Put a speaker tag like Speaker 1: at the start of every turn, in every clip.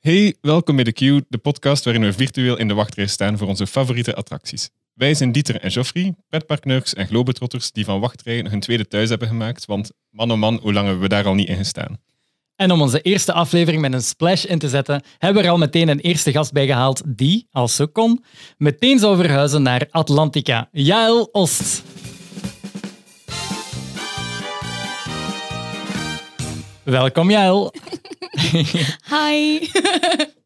Speaker 1: Hey, welkom bij de Q, de podcast waarin we virtueel in de wachtrij staan voor onze favoriete attracties. Wij zijn Dieter en Geoffrey, pretparknerds en globetrotters die van wachtrijen hun tweede thuis hebben gemaakt, want man oh man, hoe lang hebben we daar al niet in gestaan.
Speaker 2: En om onze eerste aflevering met een splash in te zetten, hebben we er al meteen een eerste gast bij gehaald die, als ze kon, meteen zou verhuizen naar Atlantica. Jael Ost. Welkom Jael.
Speaker 3: Hi.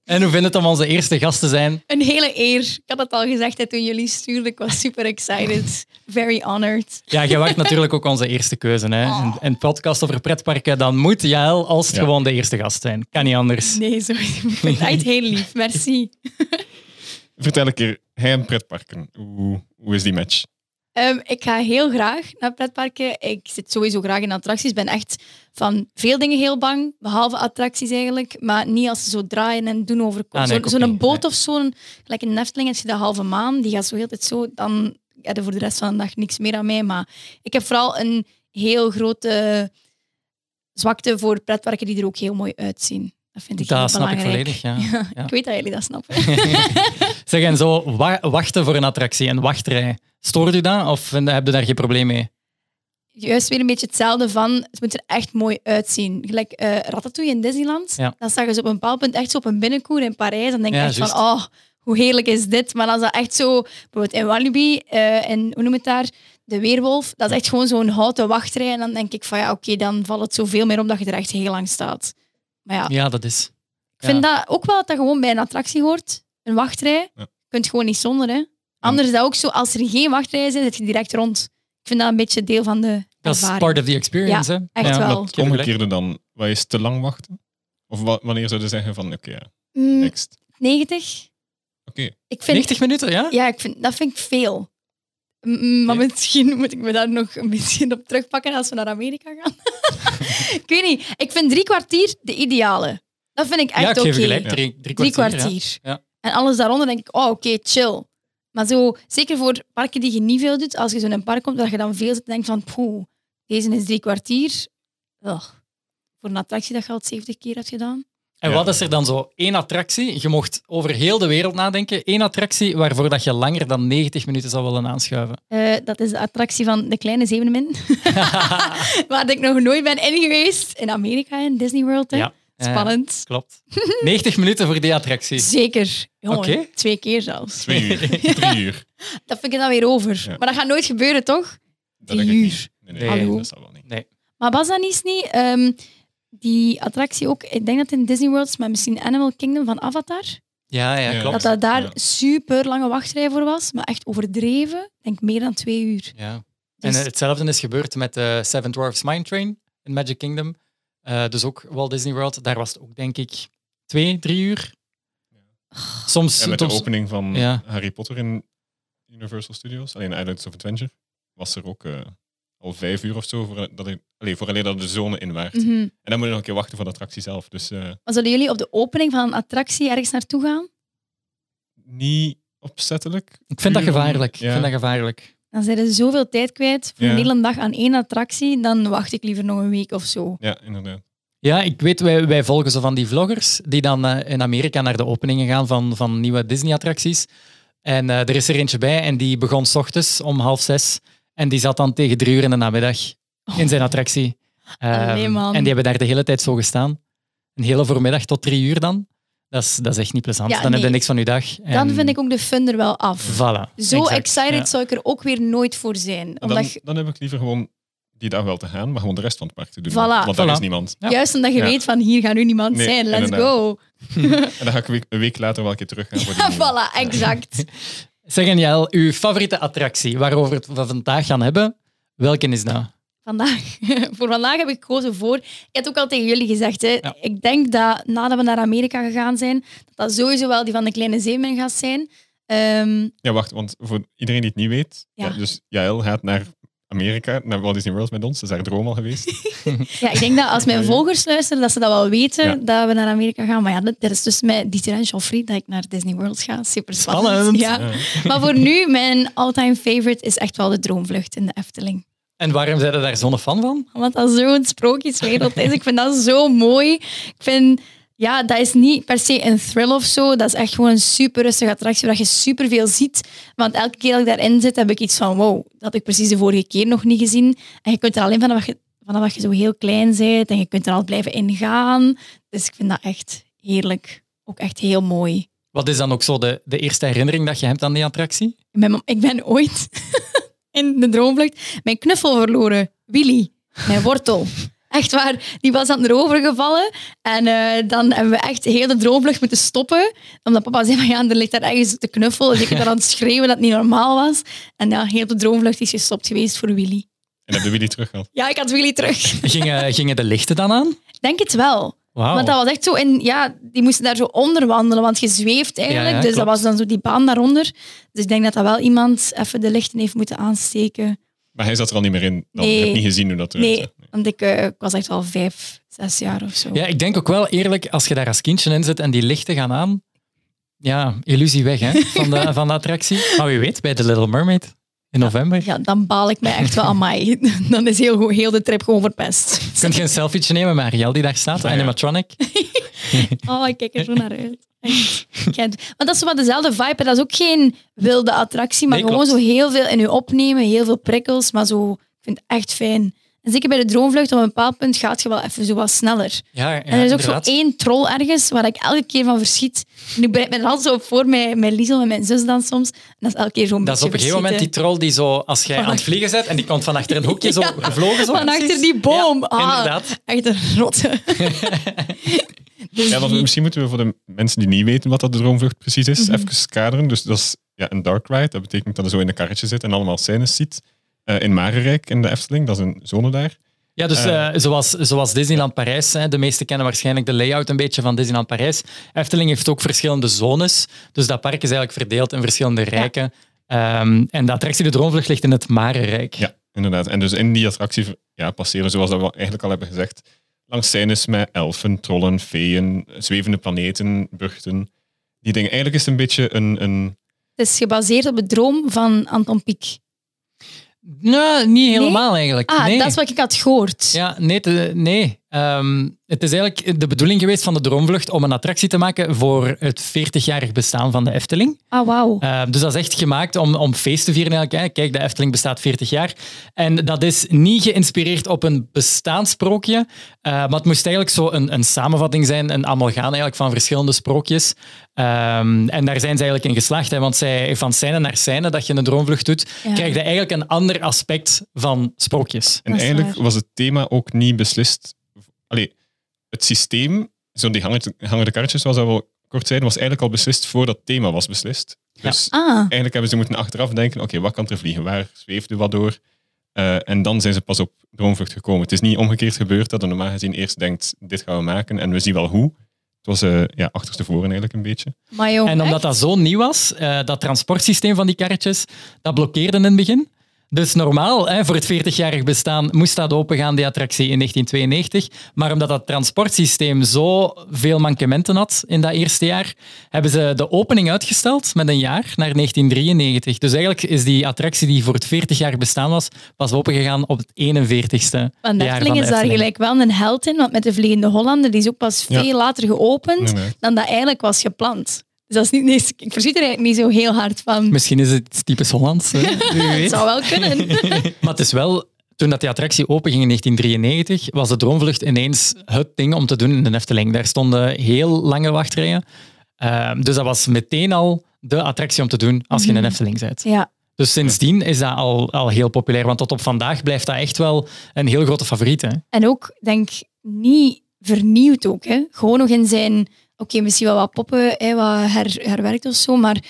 Speaker 2: En hoe vindt het om onze eerste gast te zijn?
Speaker 3: Een hele eer. Ik had het al gezegd hè, toen jullie stuurden. Ik was super excited. Very honored.
Speaker 2: Ja, jij werd natuurlijk ook onze eerste keuze. Hè? Een, een podcast over pretparken, dan moet Jael Ost
Speaker 1: Ja.
Speaker 2: gewoon de eerste gast zijn. Kan niet anders.
Speaker 3: Nee, sorry. Ik vind het echt heel lief. Merci.
Speaker 1: Vertel een keer, hij en pretparken, hoe, hoe is die match?
Speaker 3: Ehm, ik ga heel graag naar pretparken. Ik zit sowieso graag in attracties. Ik ben echt van veel dingen heel bang, behalve attracties eigenlijk. Maar niet als ze zo draaien en doen over
Speaker 2: Ah, nee, ik
Speaker 3: Zo'n
Speaker 2: ook
Speaker 3: zo'n
Speaker 2: niet,
Speaker 3: boot
Speaker 2: nee.
Speaker 3: of zo'n, gelijk een Nefteling, als je de halve maan, die gaat zo heel de tijd zo, dan heb je voor de rest van de dag niks meer aan mij. Maar ik heb vooral een heel grote zwakte voor pretparken die er ook heel mooi uitzien. Dat vind ik heel
Speaker 2: Dat snap ik
Speaker 3: belangrijk.
Speaker 2: volledig. Ja. Ja.
Speaker 3: Ik weet dat jullie dat snappen.
Speaker 2: Zeg, en zo wa- wachten voor een attractie, een wachtrij. Stoort u dat of vind- heb je daar geen probleem mee?
Speaker 3: juist weer een beetje hetzelfde van, het moet er echt mooi uitzien. Gelijk eh Ratatouille in Disneyland,
Speaker 2: Ja.
Speaker 3: dan zagen ze op een bepaald punt echt zo op een binnenkoer in Parijs. Dan denk ik
Speaker 2: Ja,
Speaker 3: echt
Speaker 2: juist.
Speaker 3: van, oh, hoe heerlijk is dit? Maar als dat echt zo, bijvoorbeeld in Walibi, eh in, hoe noem je het daar, de weerwolf, dat is echt gewoon zo'n houten wachtrij. En dan denk ik van, ja, oké, dan valt het zoveel meer op dat je er echt heel lang staat. Maar ja,
Speaker 2: Ja, dat is.
Speaker 3: ik vind dat ook wel dat dat gewoon bij een attractie hoort. Een wachtrij,
Speaker 1: Ja.
Speaker 3: je kunt gewoon niet zonder, hè. Anders is dat ook zo, als er geen wachtrij zijn, zit je direct rond. Ik vind dat een beetje deel van de
Speaker 2: Dat is
Speaker 3: ervaring.
Speaker 2: part of the experience, hè?
Speaker 3: echt wel.
Speaker 1: Het omgekeerde dan, waar is te lang wachten? Of wa- wanneer zouden ze zeggen van, oké, ja,
Speaker 3: Mm,
Speaker 1: next.
Speaker 3: 90?
Speaker 1: Oké,
Speaker 3: Ik vind,
Speaker 2: 90 minuten, ja?
Speaker 3: Ja, ik vind, dat vind ik veel. Mm, Maar
Speaker 2: Ja.
Speaker 3: misschien moet ik me daar nog een beetje op terugpakken als we naar Amerika gaan. ik weet niet. Ik vind drie kwartier de ideale. Dat vind ik
Speaker 2: ja, ik
Speaker 3: echt
Speaker 2: geef
Speaker 3: oké.
Speaker 2: je gelijk. Drie, drie
Speaker 3: Drie
Speaker 2: kwartier. ja.
Speaker 3: kwartier.
Speaker 2: Ja.
Speaker 3: En alles daaronder denk ik, oh oké, chill. Maar zo, zeker voor parken die je niet veel doet, als je zo in een park komt, dat je dan veel zit en denkt van, poeh, deze is drie kwartier. Ugh. Voor een attractie dat je al 70 keer hebt gedaan.
Speaker 2: En
Speaker 1: Ja.
Speaker 2: wat is er dan zo? Eén attractie. Je mocht over heel de wereld nadenken. Eén attractie waarvoor dat je langer dan 90 minuten zou willen aanschuiven.
Speaker 3: Eh, dat is de attractie van de kleine zevenmin. waar ik nog nooit ben in geweest. In Amerika, in Disney World. Hè?
Speaker 2: Ja. Eh,
Speaker 3: Spannend.
Speaker 2: klopt. 90 minuten voor die attractie.
Speaker 3: Zeker. Jongen,
Speaker 2: Oké.
Speaker 3: Twee keer zelfs.
Speaker 1: twee uur, drie uur.
Speaker 3: Dat vind ik dan weer over.
Speaker 1: Ja.
Speaker 3: Maar dat gaat nooit gebeuren, toch?
Speaker 1: Dat denk ik
Speaker 3: Drie
Speaker 1: niet. Nee, nee,
Speaker 2: Nee.
Speaker 1: dat zal wel niet.
Speaker 2: Nee.
Speaker 3: Maar was dat niet, niet ehm, die attractie ook... Ik denk dat het in Disney World is, maar misschien Animal Kingdom van Avatar.
Speaker 2: Ja, Oh. ja,
Speaker 1: Ja.
Speaker 2: klopt.
Speaker 3: Dat dat daar
Speaker 1: Ja.
Speaker 3: super lange wachtrij voor was. Maar echt overdreven. Ik denk meer dan twee uur.
Speaker 2: Ja.
Speaker 3: Dus-
Speaker 2: En eh, hetzelfde is gebeurd met de Seven Dwarfs Mine Train in Magic Kingdom. Eh, dus ook Walt Disney World. Daar was het ook, denk ik, twee, drie uur. Soms,
Speaker 1: En met de
Speaker 2: soms-
Speaker 1: opening van
Speaker 2: Ja.
Speaker 1: Harry Potter in Universal Studios, alleen Islands of Adventure, was er ook eh, al vijf uur of zo voor, dat ik, allee, voor alleen dat de zone in waart.
Speaker 3: Mhm.
Speaker 1: En dan moet je nog een keer wachten voor de attractie zelf. Dus eh,
Speaker 3: Maar zullen jullie op de opening van een attractie ergens naartoe gaan?
Speaker 1: niet opzettelijk.
Speaker 2: ik vind dat gevaarlijk.
Speaker 1: Ja.
Speaker 2: Ik vind dat gevaarlijk.
Speaker 3: Dan zijn ze zoveel tijd kwijt voor
Speaker 1: Ja.
Speaker 3: een hele dag aan één attractie. Dan wacht ik liever nog een week of zo.
Speaker 1: Ja, inderdaad.
Speaker 2: Ja, ik weet, wij, wij volgen zo van die vloggers die dan eh, in Amerika naar de openingen gaan van, van nieuwe Disney-attracties. En eh, er is er eentje bij en die begon s ochtends om half zes. En die zat dan tegen drie uur in de namiddag in zijn attractie. Ehm,
Speaker 3: Oh. Allee, man.
Speaker 2: En die hebben daar de hele tijd zo gestaan. Een hele voormiddag tot drie uur dan. Dat is, dat is echt niet plezant.
Speaker 3: Ja,
Speaker 2: dan heb je
Speaker 3: nee.
Speaker 2: niks van je dag. En
Speaker 1: Mm.
Speaker 3: Dan vind ik ook de fun er wel af.
Speaker 2: Voilà.
Speaker 3: Zo
Speaker 2: Exact,
Speaker 3: excited
Speaker 2: ja.
Speaker 3: zou ik er ook weer nooit voor zijn.
Speaker 1: En Dan,
Speaker 3: Omdat je-
Speaker 1: dan heb ik liever gewoon die dag wel te gaan, maar gewoon de rest van het park te doen.
Speaker 3: Voilà.
Speaker 1: Want daar
Speaker 2: Voilà.
Speaker 1: is niemand.
Speaker 2: Ja.
Speaker 3: Juist omdat je
Speaker 1: Ja.
Speaker 3: weet van hier gaat nu niemand
Speaker 1: Nee,
Speaker 3: zijn, let's
Speaker 1: inderdaad.
Speaker 3: go.
Speaker 1: En dan ga ik een week, een week later wel een keer terug gaan voor die nieuwe.
Speaker 3: voilà, exact.
Speaker 2: Zeg Jel, uw favoriete attractie waarover we het van vandaag gaan hebben, welke is dat?
Speaker 3: Vandaag, voor vandaag heb ik gekozen voor. Ik heb het ook al tegen jullie gezegd. Hè.
Speaker 2: Ja.
Speaker 3: Ik denk dat nadat we naar Amerika gegaan zijn, dat dat sowieso wel die van de kleine zeeman gaat zijn. Ehm,
Speaker 1: Ja, wacht, want voor iedereen die het niet weet, ja.
Speaker 3: Ja.
Speaker 1: dus Jael gaat naar Amerika, naar Walt Disney World met ons. Dat is haar droom al geweest.
Speaker 3: ja, ik denk dat als mijn volgers luisteren, dat ze dat wel weten,
Speaker 1: Ja.
Speaker 3: dat we naar Amerika gaan. Maar ja, dat, dat is dus met Dieter en Geoffrey dat ik naar Disney World ga. Super spannend.
Speaker 2: Spannend.
Speaker 3: Ja.
Speaker 1: Ja.
Speaker 3: Maar voor nu, mijn all-time favorite is echt wel de droomvlucht in de Efteling.
Speaker 2: En waarom zijn je daar zo'n fan van?
Speaker 3: Omdat dat zo'n sprookjeswereld is. Ik vind dat zo mooi. Ik vind Ja, dat is niet per se een thrill of zo. Dat is echt gewoon een super rustige attractie waar je super veel ziet. Want elke keer dat ik daarin zit, heb ik iets van wow, dat had ik precies de vorige keer nog niet gezien. En je kunt er alleen vanaf je, vanaf dat je zo heel klein bent en je kunt er al blijven ingaan. Dus ik vind dat echt heerlijk. Ook echt heel mooi.
Speaker 2: Wat is dan ook zo de, de eerste herinnering dat je hebt aan die attractie?
Speaker 3: Mijn mam- ik ben ooit in de droomvlucht mijn knuffel verloren. Willy, mijn wortel. Echt waar, die was aan het erover gevallen. En eh, dan hebben we echt heel de droomvlucht moeten stoppen. Omdat papa zei, van ja, er ligt daar ergens de knuffel. Dus ik heb daar aan het schreeuwen dat het niet normaal was. En ja, heel de droomvlucht is gestopt geweest voor Willy.
Speaker 1: En heb je Willy teruggehad.
Speaker 3: Ja, ik had Willy terug.
Speaker 2: Gingen, gingen de lichten dan aan?
Speaker 3: Denk het wel.
Speaker 2: Wauw.
Speaker 3: Want dat was echt zo in, ja, die moesten daar zo onder wandelen, want je zweeft eigenlijk.
Speaker 2: Ja, ja,
Speaker 3: dus dat
Speaker 2: klopt.
Speaker 3: was dan zo die baan daaronder. Dus ik denk dat dat wel iemand even de lichten heeft moeten aansteken.
Speaker 1: Maar hij zat er al niet meer in. Dan
Speaker 3: Nee.
Speaker 1: heb je niet gezien hoe dat eruit
Speaker 3: Nee.
Speaker 1: zag.
Speaker 3: Want ik, eh, ik was echt al vijf, zes jaar of zo.
Speaker 2: Ja, ik denk ook wel eerlijk, als je daar als kindje in zit en die lichten gaan aan, ja, illusie weg hè, van, de, van de attractie. Maar wie weet, bij The Little Mermaid in november.
Speaker 3: Ja, dan baal ik mij echt wel aan mij. Dan is heel, goed- heel de trip gewoon verpest.
Speaker 2: Kunt je een selfietje nemen met Ariel die daar staat,
Speaker 1: ja.
Speaker 2: animatronic?
Speaker 3: Oh, ik kijk er zo naar uit. Echt. Ik ken het. Want dat is wel dezelfde vibe. hè. Dat is ook geen wilde attractie, maar
Speaker 2: Nee,
Speaker 3: gewoon
Speaker 2: klopt.
Speaker 3: zo heel veel in je opnemen, heel veel prikkels. Maar zo, ik vind het echt fijn. En zeker bij de droomvlucht, op een bepaald punt gaat je wel even zo wat sneller.
Speaker 2: Ja, ja,
Speaker 3: en er is ook
Speaker 2: inderdaad.
Speaker 3: zo één troll ergens waar ik elke keer van verschiet. En ik bereid me er altijd zo op voor met, met Liesel en mijn zus dan soms. En dat is elke keer zo'n
Speaker 2: Dat is
Speaker 3: beetje
Speaker 2: op een gegeven moment die
Speaker 3: verschieten.
Speaker 2: troll die zo, als jij aan het vliegen bent en die komt van achter een hoekje zo
Speaker 3: Ja,
Speaker 2: gevlogen. Zo,
Speaker 3: Van achter
Speaker 2: precies.
Speaker 3: die boom.
Speaker 2: Ja,
Speaker 3: Ah,
Speaker 2: inderdaad.
Speaker 3: Echt een rotte. Dus
Speaker 1: Ja, want
Speaker 3: die-
Speaker 1: misschien moeten we voor de mensen die niet weten wat dat de droomvlucht precies is,
Speaker 3: Mhm.
Speaker 1: even kaderen. Dus dat is ja, een dark ride. Dat betekent dat je zo in een karretje zit en allemaal scènes ziet. Eh, in Marenrijk, in de Efteling, dat is een zone daar.
Speaker 2: Ja, dus
Speaker 1: Eh.
Speaker 2: eh, zoals, zoals Disneyland Parijs, hè, de meesten kennen waarschijnlijk de layout een beetje van Disneyland Parijs. Efteling heeft ook verschillende zones, dus dat park is eigenlijk verdeeld in verschillende rijken. Ehm, en de attractie De Droomvlucht ligt in het Marenrijk.
Speaker 1: Ja, inderdaad. En dus in die attractie ja, passeren, zoals dat we eigenlijk al hebben gezegd, langs scènes met elfen, trollen, feeën, zwevende planeten, burchten. Die dingen. Eigenlijk is het een beetje een... een
Speaker 3: Het is gebaseerd op de droom van Anton Pieck.
Speaker 2: Nee, Nou, niet helemaal eigenlijk.
Speaker 3: Ah,
Speaker 2: nee.
Speaker 3: dat is wat ik had gehoord.
Speaker 2: Ja, nee. te- nee. Ehm, het is eigenlijk de bedoeling geweest van de Droomvlucht om een attractie te maken voor het 40-jarig bestaan van de Efteling.
Speaker 3: Ah, wauw.
Speaker 2: Eh, dus dat is echt gemaakt om, om feest te vieren. Eigenlijk, hè. Kijk, de Efteling bestaat 40 jaar. En dat is niet geïnspireerd op een bestaand sprookje. eh, maar het moest eigenlijk zo een, een samenvatting zijn, een amalgaan eigenlijk van verschillende sprookjes. Ehm, en daar zijn ze eigenlijk in geslaagd. Hè, want zij, van scène naar scène dat je een droomvlucht doet,
Speaker 3: Ja.
Speaker 2: krijg je eigenlijk een ander aspect van sprookjes.
Speaker 1: en
Speaker 3: Dat is
Speaker 1: eigenlijk
Speaker 3: waar.
Speaker 1: was het thema ook niet beslist. Allee, het systeem, zo die hangende, hangende karretjes, zoals dat we al kort zeiden, was eigenlijk al beslist voordat het thema was beslist. Dus
Speaker 3: Ah,
Speaker 1: eigenlijk hebben ze moeten achteraf denken, oké, wat kan er vliegen? Waar zweeft er wat door? Eh, en dan zijn ze pas op droomvlucht gekomen. Het is niet omgekeerd gebeurd dat een normaal gezien eerst denkt, dit gaan we maken en we zien wel hoe. Het was eh ja, achterstevoren eigenlijk een beetje.
Speaker 3: maar jong,
Speaker 2: En omdat
Speaker 3: echt?
Speaker 2: dat zo nieuw was, eh, dat transportsysteem van die karretjes, dat blokkeerde in het begin. Dus normaal, hè, voor het 40-jarig bestaan, moest dat opengaan, die attractie, in 1992. Maar omdat dat transportsysteem zo veel mankementen had in dat eerste jaar, hebben ze de opening uitgesteld met een jaar naar 1993. Dus eigenlijk is die attractie die voor het 40-jarig bestaan was, pas opengegaan op het 41ste
Speaker 3: Van
Speaker 2: jaar van
Speaker 3: Efteling
Speaker 2: de
Speaker 3: is daar
Speaker 2: Efteling.
Speaker 3: gelijk wel een held in, want met de Vliegende Hollander, die is ook pas
Speaker 1: Ja.
Speaker 3: veel later geopend
Speaker 1: Nee, nee.
Speaker 3: dan dat eigenlijk was gepland. Dus dat is niet, nee, ik verschiet er eigenlijk niet zo heel hard van.
Speaker 2: Misschien is het typisch Hollands. hè, wie
Speaker 3: Het
Speaker 2: weet.
Speaker 3: zou wel kunnen.
Speaker 2: Maar het is wel, toen dat die attractie openging in 1993, was de Droomvlucht ineens het ding om te doen in de Efteling. Daar stonden heel lange wachtrijen. Ehm, dus dat was meteen al de attractie om te doen als je in de
Speaker 3: Mhm.
Speaker 2: Efteling bent.
Speaker 3: ja.
Speaker 2: Dus sindsdien is dat al, al heel populair, want tot op vandaag blijft dat echt wel een heel grote favoriet. Hè?
Speaker 3: En ook, denk ik, niet vernieuwd ook. Hè. Gewoon nog in zijn, oké, misschien wel wat poppen, hè, wat her, herwerkt of zo, maar er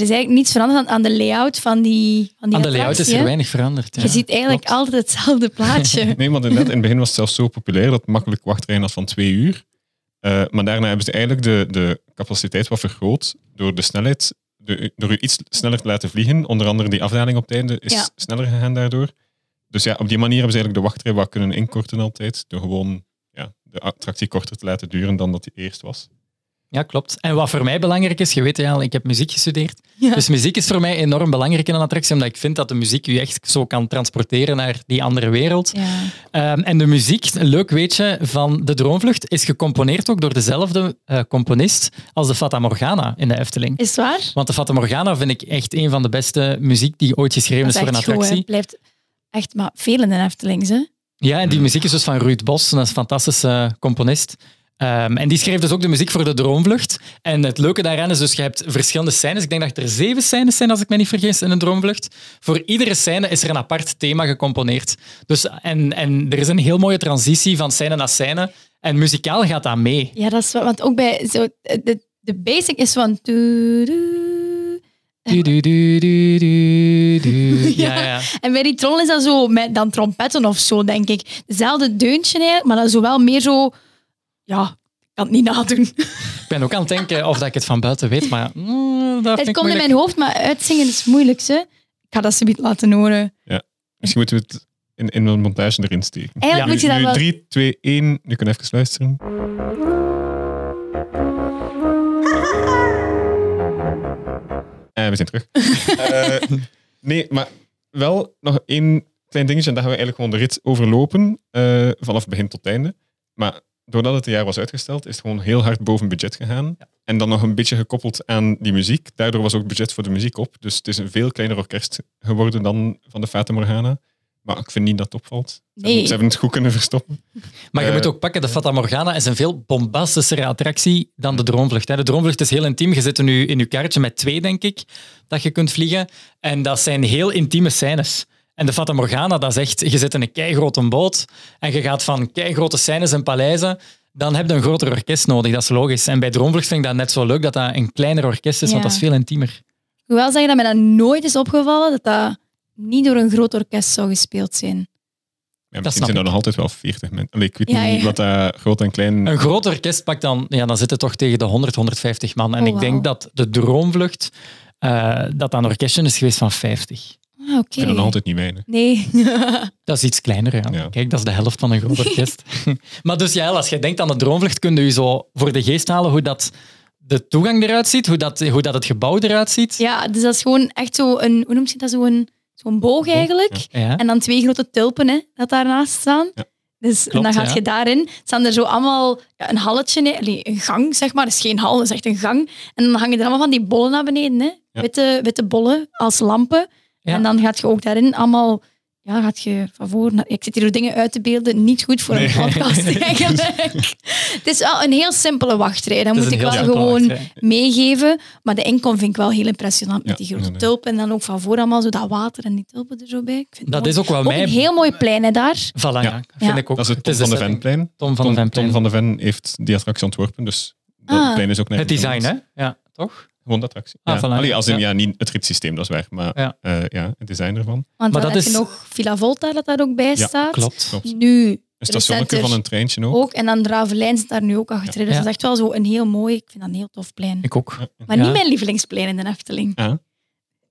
Speaker 3: is eigenlijk niets veranderd aan, aan de layout van die van die
Speaker 2: Aan de layout is
Speaker 3: attractie,
Speaker 2: er
Speaker 3: hè.
Speaker 2: weinig veranderd.
Speaker 3: Je
Speaker 2: ja.
Speaker 3: ziet eigenlijk
Speaker 2: Klopt.
Speaker 3: altijd hetzelfde plaatje.
Speaker 1: Nee, want inderdaad, in het begin was het zelfs zo populair dat het makkelijk wachtrijen had van twee uur. Eh, maar daarna hebben ze eigenlijk de, de capaciteit wat vergroot door de snelheid, de- door u iets sneller te laten vliegen. Onder andere die afdaling op het einde is
Speaker 3: Ja.
Speaker 1: sneller gegaan daardoor. Dus ja, op die manier hebben ze eigenlijk de wachtrij wat kunnen inkorten altijd. Door gewoon ja, de attractie korter te laten duren dan dat die eerst was.
Speaker 2: Ja, klopt. En wat voor mij belangrijk is, je weet ja, ik heb muziek gestudeerd.
Speaker 3: Ja.
Speaker 2: Dus muziek is voor mij enorm belangrijk in een attractie, omdat ik vind dat de muziek je echt zo kan transporteren naar die andere wereld.
Speaker 3: ja.
Speaker 2: Ehm, en de muziek, een leuk weetje, van De Droomvlucht is gecomponeerd ook door dezelfde eh, componist als de Fata Morgana in de Efteling.
Speaker 3: Is het waar?
Speaker 2: Want de Fata Morgana vind ik echt een van de beste muziek die ooit geschreven is, voor een
Speaker 3: echt goed, hè.
Speaker 2: attractie.
Speaker 3: blijft echt maar veel in de Eftelings, hè?
Speaker 2: Ja, en die
Speaker 1: Hmm.
Speaker 2: muziek is dus van Ruud Bos, een fantastische componist. Ehm, en die schreef dus ook de muziek voor de Droomvlucht. En het leuke daaraan is dus, je hebt verschillende scènes. Ik denk dat er zeven scènes zijn, als ik me niet vergis, in een Droomvlucht. Voor iedere scène is er een apart thema gecomponeerd. Dus, en, en er is een heel mooie transitie van scène naar scène. En muzikaal gaat dat mee.
Speaker 3: Ja, dat is wat, want ook bij zo, de, de basic is van. doe, doe.
Speaker 2: Du, du, du, du, du, du.
Speaker 3: Ja.
Speaker 2: Ja, ja.
Speaker 3: En bij die trommel is dat zo met dan trompetten of zo, denk ik. Hetzelfde deuntje eigenlijk, maar dan zo wel meer zo. Ja, ik kan het niet nadoen.
Speaker 2: Ik ben ook aan het denken of dat ik het van buiten weet, maar mm, dat vind
Speaker 3: het
Speaker 2: ik
Speaker 3: komt in
Speaker 2: moeilijk.
Speaker 3: mijn hoofd, maar uitzingen is het moeilijkste. Ik ga dat ze niet laten horen.
Speaker 1: Misschien moeten we het in, in een montage erin steken.
Speaker 3: Eigenlijk
Speaker 2: Ja.
Speaker 3: moet je dat
Speaker 1: nu,
Speaker 3: wel.
Speaker 1: 3, 2, 1. Nu kunnen we even luisteren. Eh, we zijn terug. Eh, nee, maar wel nog één klein dingetje. En daar gaan we eigenlijk gewoon de rit overlopen. eh, vanaf begin tot einde. Maar doordat het een jaar was uitgesteld, is het gewoon heel hard boven budget gegaan. En dan nog een beetje gekoppeld aan die muziek. Daardoor was ook budget voor de muziek op. Dus het is een veel kleiner orkest geworden dan van de Fata Morgana. Maar ik vind niet dat het opvalt. Ze
Speaker 3: Nee.
Speaker 1: hebben- Ze hebben het goed kunnen verstoppen.
Speaker 2: Maar je
Speaker 1: Eh,
Speaker 2: moet ook pakken, de Fata Morgana is een veel bombastischere attractie dan de Droomvlucht. hè. De Droomvlucht is heel intiem. Je zit er nu in je kaartje met twee, denk ik, dat je kunt vliegen. En dat zijn heel intieme scènes. En de Fata Morgana, dat is echt, je zit in een keigrote boot en je gaat van keigrote scènes en paleizen, dan heb je een groter orkest nodig, dat is logisch. En bij Droomvlucht vind ik dat net zo leuk dat dat een kleiner orkest is,
Speaker 3: Ja.
Speaker 2: want dat is veel intiemer.
Speaker 3: Hoewel zeg je dat mij dat nooit is opgevallen dat dat niet door een groot orkest zou gespeeld zijn.
Speaker 1: Ja,
Speaker 2: Dat
Speaker 1: misschien
Speaker 2: snap
Speaker 1: zijn er
Speaker 2: ik.
Speaker 1: nog altijd wel 40 mensen. Allee, ik weet
Speaker 3: Ja,
Speaker 1: niet
Speaker 3: ja.
Speaker 1: wat dat groot en klein.
Speaker 2: Een groot orkest pakt dan, ja, dan zit het toch tegen de 100, 150 man. En
Speaker 3: Oh,
Speaker 2: ik denk
Speaker 3: wauw.
Speaker 2: dat de Droomvlucht, eh, dat dat een orkestje is geweest van 50.
Speaker 3: Ah,
Speaker 1: Ik
Speaker 3: oké.
Speaker 1: vind dat nog altijd niet weinig.
Speaker 3: Nee.
Speaker 2: Dat is iets kleiner, ja.
Speaker 1: Ja.
Speaker 2: Kijk, dat is de helft van een groot orkest. maar dus ja, als je denkt aan de droomvlucht, kun je je zo voor de geest halen hoe dat de toegang eruit ziet, hoe dat, hoe dat het gebouw eruit ziet.
Speaker 3: Ja, dus dat is gewoon echt zo'n, hoe noemt je dat, zo'n zo'n boog eigenlijk.
Speaker 2: Ja.
Speaker 3: En dan twee grote tulpen hè, dat daarnaast staan.
Speaker 1: Ja.
Speaker 3: Dus
Speaker 2: Klopt,
Speaker 3: dan gaat
Speaker 2: ja.
Speaker 3: je daarin. Staan er zo allemaal ja, een halletje, nee, allee, een gang zeg maar. Het is geen hal, het is echt een gang. En dan hangen er allemaal van die bollen naar beneden. Hè.
Speaker 1: Ja.
Speaker 3: Witte, witte bollen als lampen.
Speaker 2: Ja.
Speaker 3: En dan gaat je ook daarin allemaal... Ja, gaat je van voor naar... Ik zit hier dingen uit te beelden. Niet goed voor een
Speaker 1: Nee.
Speaker 3: podcast eigenlijk. het is wel een heel simpele wachtrij. Dat
Speaker 2: Het is
Speaker 3: moet
Speaker 2: een
Speaker 3: ik
Speaker 2: heel
Speaker 3: wel
Speaker 2: simpele
Speaker 3: gewoon
Speaker 2: wachtrij.
Speaker 3: meegeven. Maar de inkom vind ik wel heel impressionant met
Speaker 1: Ja,
Speaker 3: die grote
Speaker 1: inderdaad.
Speaker 3: tulpen. En dan ook van voor allemaal zo dat water en die tulpen er zo bij. Ik vind het
Speaker 2: Dat
Speaker 3: mooi.
Speaker 2: is ook wel
Speaker 3: Ook
Speaker 2: mij...
Speaker 3: een heel mooi plein hè, daar.
Speaker 2: Voilà, ja.
Speaker 1: Ja.
Speaker 2: vind
Speaker 3: Ja.
Speaker 2: ik ook.
Speaker 1: Dat is het
Speaker 2: Het
Speaker 1: Tom van de
Speaker 2: setting.
Speaker 1: Venplein.
Speaker 2: Tom van
Speaker 1: Tom,
Speaker 2: de Venplein.
Speaker 1: Tom van de Ven heeft die attractie ontworpen, dus dat
Speaker 3: Ah.
Speaker 1: plein is ook net
Speaker 2: Het design, hè? Ja, toch?
Speaker 1: Gewoon de attractie.
Speaker 2: Ah,
Speaker 1: ja.
Speaker 2: voilà.
Speaker 1: Allee, als in,
Speaker 2: Ja.
Speaker 1: ja. niet het ritssysteem, dat is waar, maar
Speaker 2: Ja.
Speaker 1: ja. ja, het design ervan.
Speaker 3: Want
Speaker 2: Maar
Speaker 3: dan
Speaker 2: dat
Speaker 3: heb je
Speaker 2: is-
Speaker 3: nog Villa Volta dat daar ook bij
Speaker 1: Ja,
Speaker 3: staat.
Speaker 2: Klopt.
Speaker 1: Klopt.
Speaker 3: Nu
Speaker 1: Een stationnetje
Speaker 3: recenter
Speaker 1: van een treintje
Speaker 2: Oh.
Speaker 1: ook.
Speaker 3: ook. En dan Ravelijn zit daar nu ook al getreden. Dus
Speaker 2: Ja.
Speaker 3: dat is echt wel zo een heel mooi... Ik vind dat een heel tof plein.
Speaker 2: Ik ook.
Speaker 1: Ja.
Speaker 3: Maar
Speaker 2: Ja.
Speaker 3: niet mijn lievelingsplein in de Efteling.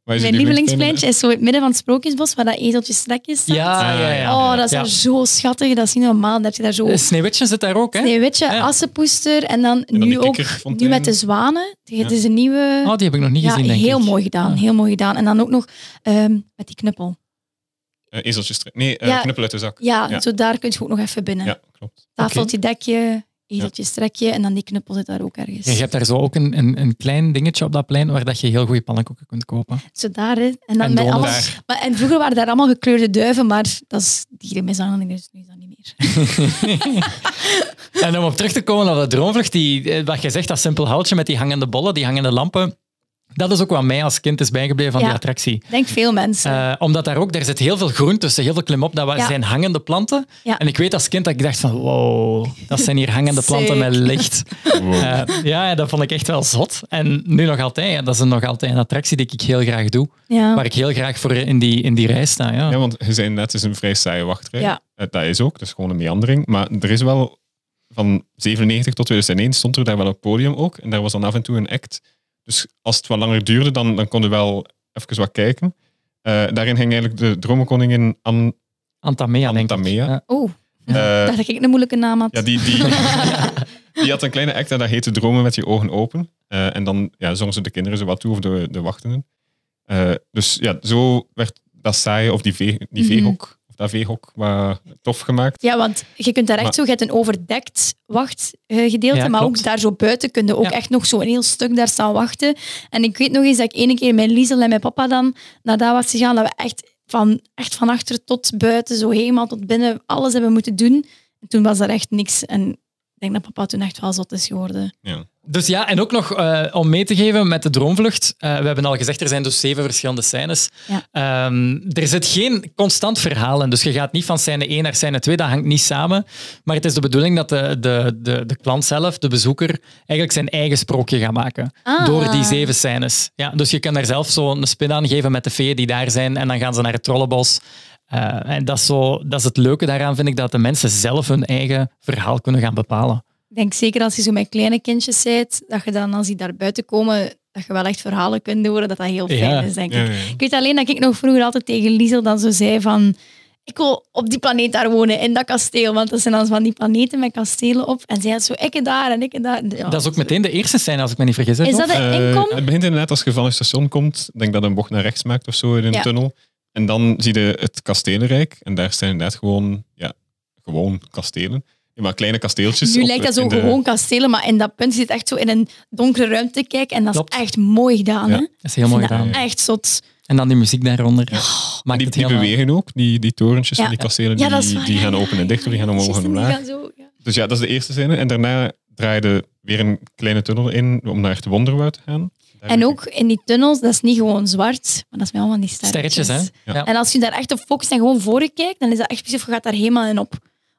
Speaker 1: Waar is
Speaker 3: Mijn
Speaker 1: het
Speaker 3: lievelingspleintje is zo in het midden van het Sprookjesbos, waar dat ezeltje strakjes staat.
Speaker 2: Ja,
Speaker 1: Ah,
Speaker 2: ja, ja.
Speaker 3: oh, dat is
Speaker 2: Ja.
Speaker 3: daar zo schattig. Dat is niet normaal. Dan heb je daar zo...
Speaker 2: Eh, Sneeuwwitje zit daar ook, hè?
Speaker 3: Sneeuwwitje,
Speaker 2: Ja.
Speaker 3: assenpoester en dan,
Speaker 1: En dan
Speaker 3: nu
Speaker 1: die
Speaker 3: ook nu
Speaker 1: kikkerfontein.
Speaker 3: met de zwanen. Het
Speaker 1: Ja.
Speaker 3: is een nieuwe...
Speaker 2: Oh, die heb ik nog niet
Speaker 3: ja,
Speaker 2: gezien, denk
Speaker 3: heel
Speaker 2: ik.
Speaker 3: mooi gedaan.
Speaker 2: Ja.
Speaker 3: Heel mooi gedaan. En dan ook nog ehm, met die knuppel.
Speaker 1: Eh, ezeltjes. tre- Nee, eh,
Speaker 3: Ja.
Speaker 1: knuppel uit de zak.
Speaker 3: Ja,
Speaker 1: Ja.
Speaker 3: zo daar kun je ook nog even binnen.
Speaker 1: Ja, klopt.
Speaker 3: Tafeltje, dekje, ezeltje, strekje en dan die knuppel zit daar ook ergens.
Speaker 2: Ja, je hebt daar zo ook een, een, een klein dingetje op dat plein waar dat je heel goede pannenkoeken kunt kopen.
Speaker 3: Zo daar, hè. En, dan
Speaker 2: En
Speaker 3: met
Speaker 2: donuts.
Speaker 3: allemaal, maar, en vroeger waren daar allemaal gekleurde duiven, maar dat is dierenmishandeling, dus nu is dat niet meer.
Speaker 2: En om op terug te komen naar de droomvlucht, die, eh, wat je zegt, dat simpel houtje met die hangende bollen, die hangende lampen, dat is ook wat mij als kind is bijgebleven van
Speaker 3: Ja.
Speaker 2: die attractie.
Speaker 3: Ik denk veel mensen.
Speaker 2: Eh, omdat daar ook, daar zit heel veel groen tussen, heel veel klimop. Dat wa-
Speaker 3: Ja.
Speaker 2: zijn hangende planten.
Speaker 3: Ja.
Speaker 2: En ik weet als kind dat ik dacht van, wow, dat zijn hier hangende planten met licht.
Speaker 1: Wow.
Speaker 2: Eh, ja, dat vond ik echt wel zot. En nu nog altijd, ja, dat is een- nog altijd een attractie die ik heel graag doe.
Speaker 3: ja.
Speaker 2: Waar ik heel graag voor in die, in die rij sta. Ja.
Speaker 1: Ja, want je zei net, het is een vrij saaie wachtrij.
Speaker 3: Ja.
Speaker 1: Eh, Dat is ook, dat is gewoon een meandering. Maar er is wel, van 97 tot 2001 stond er daar wel een podium ook. En daar was dan af en toe een act. Dus als het wat langer duurde, dan, dan kon je wel even wat kijken. Eh, daarin ging eigenlijk de dromenkoningin Anne...
Speaker 2: Antamea, denk ik.
Speaker 1: Antamea.
Speaker 2: Ja.
Speaker 3: Oh,
Speaker 1: eh,
Speaker 3: dacht ik ik een moeilijke naam had.
Speaker 1: ja, die, die, Die had een kleine act en dat heette Dromen met je ogen open. Eh, en dan ja, zongen ze de kinderen zo wat toe, of de, de wachtenden. Eh, dus ja, zo werd dat saaie, of die, vee, die
Speaker 3: Mhm.
Speaker 1: veehok, of dat veehok, wat tof gemaakt.
Speaker 3: Ja, want je kunt daar echt
Speaker 1: Maar-
Speaker 3: zo, je hebt een overdekt wachtgedeelte,
Speaker 2: Ja,
Speaker 3: maar
Speaker 2: klopt.
Speaker 3: ook daar zo buiten kun je ook
Speaker 2: Ja.
Speaker 3: echt nog zo'n heel stuk daar staan wachten. En ik weet nog eens dat ik ene keer met Liesel en mijn papa dan naar daar was gegaan, dat we echt van, echt van achter tot buiten, zo helemaal tot binnen, alles hebben moeten doen. En toen was daar echt niks. En ik denk dat papa toen echt wel zot is geworden.
Speaker 2: Dus ja, en ook nog eh, om mee te geven met de droomvlucht. Eh, we hebben al gezegd, er zijn dus zeven verschillende scènes. Ehm, er zit geen constant verhaal in. Dus je gaat niet van scène 1 naar scène 2, dat hangt niet samen. Maar het is de bedoeling dat de, de, de, de klant zelf, de bezoeker, eigenlijk zijn eigen sprookje gaat maken.
Speaker 3: Ah.
Speaker 2: Door die zeven scènes. Ja, dus je kan daar zelf zo een spin aan geven met de feeën die daar zijn. En dan gaan ze naar het trollenbos. Eh, en dat is, zo, dat is het leuke daaraan, vind ik, dat de mensen zelf hun eigen verhaal kunnen gaan bepalen.
Speaker 3: Ik denk zeker als je zo met kleine kindjes bent, dat je dan als die daar buiten komen, dat je wel echt verhalen kunt horen, dat dat heel fijn
Speaker 2: Ja.
Speaker 3: is, denk ik.
Speaker 1: Ja, ja, ja.
Speaker 3: Ik weet alleen dat ik nog vroeger altijd tegen Liesel dan zo zei van... Ik wil op die planeet daar wonen, in dat kasteel. Want dat zijn dan van die planeten met kastelen op. En zij had zo, ik daar en ik daar. Ja.
Speaker 2: dat is ook meteen de eerste scène, als ik me niet vergis. hè,
Speaker 3: Is
Speaker 2: Tom?
Speaker 3: dat een
Speaker 1: Eh,
Speaker 3: inkom?
Speaker 1: het begint inderdaad als je van het station komt. Ik denk dat een bocht naar rechts maakt of zo in een
Speaker 3: Ja.
Speaker 1: tunnel. En dan zie je het kastelenrijk. En daar zijn inderdaad gewoon, ja, gewoon kastelen. Ja, maar kleine kasteeltjes.
Speaker 3: Nu
Speaker 1: op-
Speaker 3: lijkt dat zo
Speaker 1: in de-
Speaker 3: gewoon kastelen, maar in dat punt zit echt zo in een donkere ruimte kijken. En dat
Speaker 2: Klopt.
Speaker 3: is echt mooi gedaan,
Speaker 1: Ja.
Speaker 3: hè?
Speaker 2: Dat is heel mooi
Speaker 3: Ik vind
Speaker 2: gedaan.
Speaker 3: dat Echt zot.
Speaker 2: En dan die muziek daaronder.
Speaker 3: Oh,
Speaker 2: Maakt
Speaker 1: Die,
Speaker 2: het
Speaker 1: die
Speaker 2: heel
Speaker 1: bewegen ook, die, die torentjes
Speaker 3: Ja.
Speaker 1: en die kastelen,
Speaker 3: Ja, dat is
Speaker 1: die,
Speaker 3: waar.
Speaker 1: die gaan open en dicht, of die gaan omhoog en
Speaker 3: Juist,
Speaker 1: omlaag.
Speaker 3: gaan zo, ja.
Speaker 1: Dus ja, dat is de eerste scène. En daarna draaide weer een kleine tunnel in om naar het Wonderwoud te gaan. Daar
Speaker 3: En
Speaker 1: heb
Speaker 3: ook in die tunnels, dat is niet gewoon zwart, maar dat is met allemaal die sterretjes.
Speaker 2: Sterretjes, hè?
Speaker 1: Ja.
Speaker 2: Ja.
Speaker 3: En als je daar echt op focust en gewoon voor je kijkt, dan is dat echt precies, je gaat daar helemaal in op.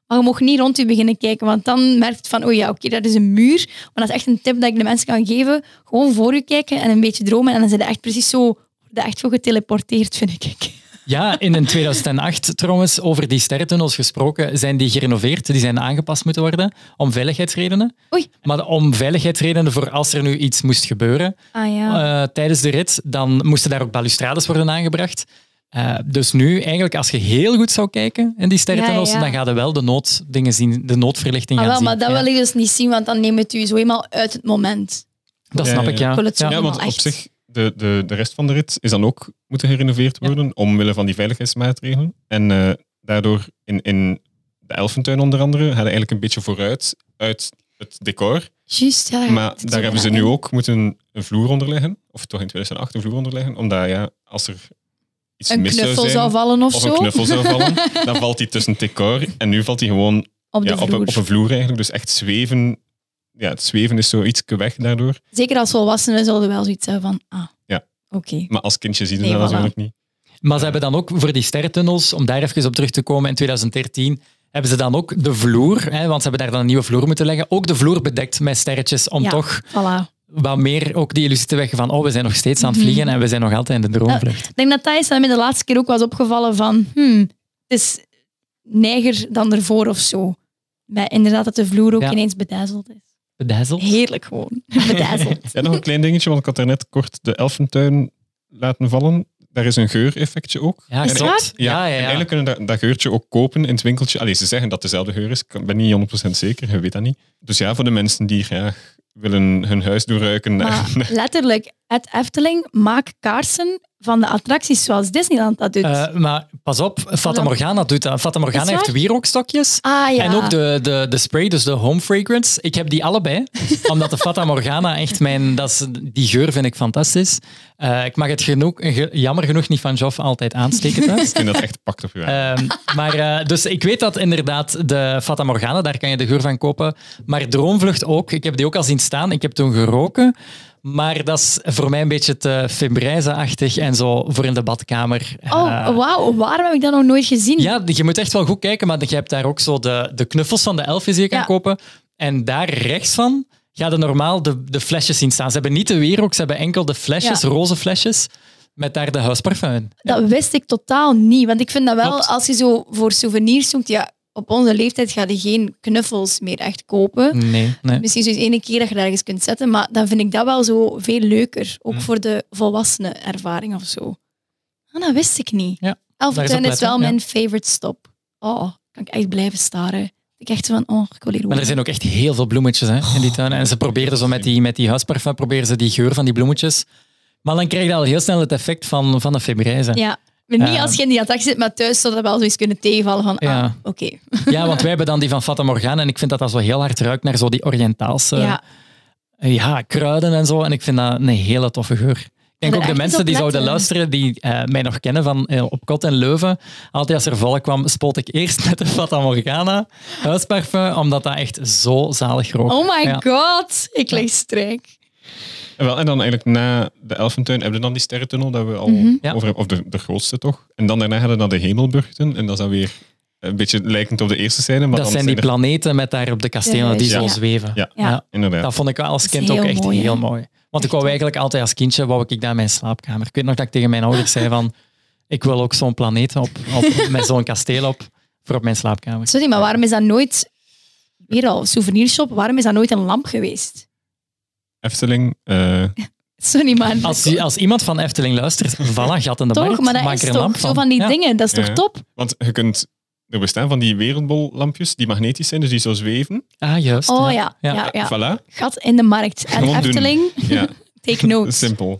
Speaker 3: Maar je mag niet rond je beginnen kijken, want dan merkt het van, oh ja, oké, dat is een muur. Maar dat is echt een tip dat ik de mensen kan geven. Gewoon voor je kijken en een beetje dromen. En dan zijn ze echt precies zo, dat echt zo geteleporteerd, vind ik.
Speaker 2: Ja, in een 2008 trouwens, over die sterrentunnels gesproken, zijn die gerenoveerd. Die zijn aangepast moeten worden om veiligheidsredenen.
Speaker 3: Oei.
Speaker 2: Maar om veiligheidsredenen voor als er nu iets moest gebeuren
Speaker 3: Ah ja.
Speaker 2: eh, tijdens de rit, dan moesten daar ook balustrades worden aangebracht. Eh, dus nu, eigenlijk, als je heel goed zou kijken in die sterrentunnels,
Speaker 3: Ja, ja.
Speaker 2: dan ga je wel de nooddingen zien, de noodverlichting
Speaker 3: Ah,
Speaker 2: gaan
Speaker 3: wel,
Speaker 2: zien.
Speaker 3: maar dat
Speaker 2: Ja.
Speaker 3: wil ik dus niet zien, want dan neemt het u zo helemaal uit het moment.
Speaker 2: Dat
Speaker 1: Ja,
Speaker 2: snap
Speaker 1: ja,
Speaker 2: ik,
Speaker 1: ja.
Speaker 2: ja.
Speaker 3: Ik wil het zo
Speaker 1: Ja, want
Speaker 3: Allemaal
Speaker 1: op
Speaker 3: echt.
Speaker 1: zich, de, de, de rest van de rit is dan ook moeten gerenoveerd
Speaker 2: Ja.
Speaker 1: worden omwille van die veiligheidsmaatregelen. En eh, daardoor in, in de Elfentuin onder andere hadden eigenlijk een beetje vooruit uit het decor.
Speaker 3: Juist, ja. dat
Speaker 1: maar
Speaker 3: gaat het
Speaker 1: daar
Speaker 3: zo
Speaker 1: hebben ze
Speaker 3: raar
Speaker 1: nu
Speaker 3: in.
Speaker 1: ook moeten een vloer onder leggen. Of toch in 2008 een vloer onder leggen. Omdat ja, als er iets
Speaker 3: Een
Speaker 1: mis zou
Speaker 3: knuffel
Speaker 1: zijn...
Speaker 3: zou vallen of,
Speaker 1: of
Speaker 3: zo.
Speaker 1: een knuffel zou vallen, dan valt die tussen het decor. En nu valt die gewoon
Speaker 3: op de
Speaker 1: ja, op, een,
Speaker 3: vloer.
Speaker 1: op een vloer eigenlijk. Dus echt zweven. Ja, het zweven is zo iets weg daardoor.
Speaker 3: Zeker als volwassenen zullen wel zoiets hebben van, ah,
Speaker 1: Ja.
Speaker 3: oké.
Speaker 1: Maar als kindje zie je
Speaker 3: Nee,
Speaker 1: dat
Speaker 3: voilà.
Speaker 1: natuurlijk niet.
Speaker 2: Maar ze hebben dan ook voor die sterrentunnels, om daar even op terug te komen, in 2013 hebben ze dan ook de vloer, hè, want ze hebben daar dan een nieuwe vloer moeten leggen, ook de vloer bedekt met sterretjes om
Speaker 3: Ja.
Speaker 2: toch
Speaker 3: Voilà.
Speaker 2: wat meer ook die illusie te wekken van oh, we zijn nog steeds aan het
Speaker 3: Mhm.
Speaker 2: vliegen en we zijn nog altijd in de droomvlucht.
Speaker 3: Ik denk dat dat is dat mij de laatste keer ook was opgevallen van, hmm, het is neiger dan ervoor of zo. Maar inderdaad dat de vloer ook
Speaker 2: Ja.
Speaker 3: ineens beduizeld is.
Speaker 2: Beduizeld.
Speaker 3: Heerlijk gewoon. Beduizeld.
Speaker 1: Ja, nog een klein dingetje, want ik had daarnet kort de elfentuin laten vallen. Daar is een geureffectje ook.
Speaker 2: Ja,
Speaker 3: Is
Speaker 2: klopt.
Speaker 1: Ja,
Speaker 2: Ja,
Speaker 1: en
Speaker 2: ja, ja.
Speaker 1: eigenlijk kunnen we dat, dat geurtje ook kopen in het winkeltje. Allee, ze zeggen dat het dezelfde geur is. Ik ben niet 100% zeker, je weet dat niet. Dus ja, voor de mensen die graag willen hun huis doorruiken.
Speaker 3: Maar
Speaker 1: en-
Speaker 3: letterlijk, het Efteling, maak kaarsen van de attracties zoals Disneyland dat doet.
Speaker 2: Eh, maar pas op, Fata
Speaker 3: Voilà.
Speaker 2: Morgana doet dat. Fata
Speaker 3: Is
Speaker 2: Morgana
Speaker 3: het
Speaker 2: heeft wierookstokjes.
Speaker 3: ah ja.
Speaker 2: En ook de, de, de spray, dus de home fragrance. Ik heb die allebei. Omdat de Fata Morgana echt mijn... Dat is, die geur vind ik fantastisch. Eh, ik mag het genoeg, ge- jammer genoeg niet van Joff altijd aansteken thuis.
Speaker 1: Ik vind dat echt pakt op je aan.
Speaker 2: Ehm, maar eh, dus ik weet dat inderdaad de Fata Morgana, daar kan je de geur van kopen. Maar Droomvlucht ook. Ik heb die ook al zien staan. Ik heb toen geroken. Maar dat is voor mij een beetje te Fembreize-achtig en zo voor in de badkamer. Eh,
Speaker 3: Oh, wauw. Waarom heb ik dat nog nooit gezien?
Speaker 2: ja, je moet echt wel goed kijken, maar je hebt daar ook zo de, de knuffels van de elfjes die je kan
Speaker 3: Ja.
Speaker 2: kopen. En daar rechts van ga je normaal de, de flesjes zien staan. Ze hebben niet de wierook, ze hebben enkel de flesjes,
Speaker 3: Ja.
Speaker 2: roze flesjes, met daar de huisparfum in.
Speaker 3: Dat wist ik totaal niet. Want ik vind dat wel,
Speaker 2: Klopt.
Speaker 3: als je zo voor souvenirs zoekt, ja, op onze leeftijd ga je geen knuffels meer echt kopen.
Speaker 2: Nee, nee.
Speaker 3: Misschien zoiets ene keer dat je daar ergens kunt zetten, maar dan vind ik dat wel zo veel leuker. Ook
Speaker 2: Mm.
Speaker 3: voor de volwassenen ervaring of zo. Ah, dat wist ik niet.
Speaker 2: Ja,
Speaker 3: Elfentuin
Speaker 2: daar is op
Speaker 3: is wel
Speaker 2: letten,
Speaker 3: mijn favorite stop. Oh, kan ik echt blijven staren. Ik echt zo van, oh, ik wil hier
Speaker 2: Maar er
Speaker 3: wonen.
Speaker 2: zijn ook echt heel veel bloemetjes hè,
Speaker 3: Oh.
Speaker 2: in die tuin. En ze probeerden zo met die, met die huisparfum, proberen ze die geur van die bloemetjes. Maar dan krijg je al heel snel het effect van, van de febrijzen. Ja.
Speaker 3: Ja. Maar niet
Speaker 2: Ja.
Speaker 3: als je in die attractie zit, maar thuis zou dat wel zoiets kunnen tegenvallen van,
Speaker 2: Ja.
Speaker 3: ah, oké.
Speaker 2: want wij hebben dan die van Fata Morgana en ik vind dat dat zo heel hard ruikt naar zo die Oriëntaalse
Speaker 3: Ja.
Speaker 2: ja, kruiden en zo. En ik vind dat een hele toffe geur. Ik
Speaker 3: er
Speaker 2: denk ook
Speaker 3: echt
Speaker 2: de
Speaker 3: eens
Speaker 2: mensen
Speaker 3: op
Speaker 2: die zouden
Speaker 3: letten.
Speaker 2: luisteren, die eh, mij nog kennen van eh, op kot en Leuven. Altijd als er volk kwam, spoot ik eerst met de Fata Morgana huisparfum, omdat dat echt zo zalig rookt.
Speaker 3: Oh my
Speaker 2: Ja.
Speaker 3: god, ik lig strijk.
Speaker 1: En, wel, en dan eigenlijk na de Elfentuin hebben we dan die sterrentunnel dat we al
Speaker 3: Mhm.
Speaker 2: Ja.
Speaker 1: over hebben, of de, de grootste toch. En dan daarna hadden we dan de hemelburchten en dat is dan weer een beetje lijkend op de eerste scène. Maar
Speaker 2: dat
Speaker 1: dan
Speaker 2: zijn die
Speaker 1: er-
Speaker 2: planeten met daar op de kastelen die
Speaker 3: Ja.
Speaker 2: zo
Speaker 3: Ja.
Speaker 2: zweven.
Speaker 1: Ja.
Speaker 3: Ja.
Speaker 1: Inderdaad.
Speaker 2: Dat vond ik wel als
Speaker 3: Dat is
Speaker 2: kind ook
Speaker 3: heel
Speaker 2: echt
Speaker 3: mooi, hè?
Speaker 2: heel mooi. Want ik wou
Speaker 3: Echt wel.
Speaker 2: eigenlijk altijd als kindje, wou ik daar mijn slaapkamer. Ik weet nog dat ik tegen mijn ouders zei van, ik wil ook zo'n planeet op, op met zo'n kasteel op, voor op mijn slaapkamer.
Speaker 3: Sorry, maar waarom is dat nooit, weer al, souvenirshop, waarom is dat nooit een lamp geweest?
Speaker 1: Efteling, eh,
Speaker 3: Sorry, maar...
Speaker 2: Als, als iemand van Efteling luistert, voilà, gat in de
Speaker 3: toch,
Speaker 2: markt,
Speaker 3: maar dat
Speaker 2: maak
Speaker 3: is
Speaker 2: er een
Speaker 3: toch
Speaker 2: lamp
Speaker 3: zo van die
Speaker 2: Ja.
Speaker 3: dingen, dat is toch
Speaker 1: Ja.
Speaker 3: top?
Speaker 1: want je kunt, er bestaan van die wereldbollampjes die magnetisch zijn, dus die zo zweven.
Speaker 2: Ah, juist.
Speaker 3: Oh ja, ja, ja.
Speaker 1: Voilà.
Speaker 3: Gat in de markt. En
Speaker 1: Gewoon doen.
Speaker 3: Efteling,
Speaker 1: Ja.
Speaker 3: take notes.
Speaker 1: Simpel.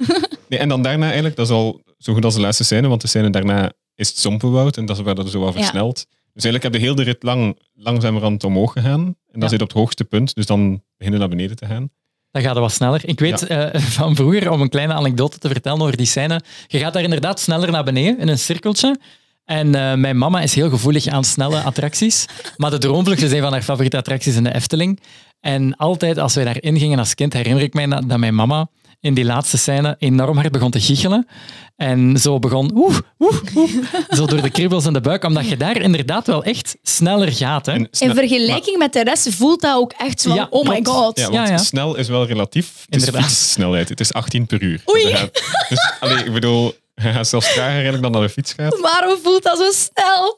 Speaker 1: Nee, en dan daarna eigenlijk, dat is al zo goed als de laatste scène, want de scène daarna is het Zompenwoud en dat is waar dat zo wel
Speaker 3: Ja.
Speaker 1: versneld. Dus eigenlijk heb je heel de rit lang langzamerhand omhoog gegaan. En dan
Speaker 2: Ja.
Speaker 1: zit je op het hoogste punt, dus dan beginnen naar beneden te gaan.
Speaker 2: Dan gaat het wat sneller. Ik weet eh, van vroeger, om een kleine anekdote te vertellen over die scène. Je gaat daar inderdaad sneller naar beneden in een cirkeltje. En eh, mijn mama is heel gevoelig aan snelle attracties. Maar de Droomvlucht is een van haar favoriete attracties in de Efteling. En altijd als wij daarin gingen als kind, herinner ik mij dat, dat mijn mama in die laatste scène enorm hard begon te giechelen. En zo begon, oeh, oeh, oeh, zo door de kriebels in de buik. Omdat je daar inderdaad wel echt sneller gaat. Hè?
Speaker 1: En
Speaker 3: In
Speaker 1: snel-
Speaker 3: vergelijking met de rest voelt dat ook echt zo van,
Speaker 2: Ja,
Speaker 3: oh my
Speaker 2: klopt.
Speaker 3: god.
Speaker 1: Ja, want
Speaker 2: Ja, ja.
Speaker 1: snel is wel relatief. Het
Speaker 2: Inderdaad.
Speaker 1: is fietssnelheid. Het is 18 per uur.
Speaker 3: Oei.
Speaker 1: Dus, dat gaat- dus, allee, ik bedoel, hij gaat zelfs trager eigenlijk dan naar de fiets gaat.
Speaker 3: Waarom voelt dat zo snel?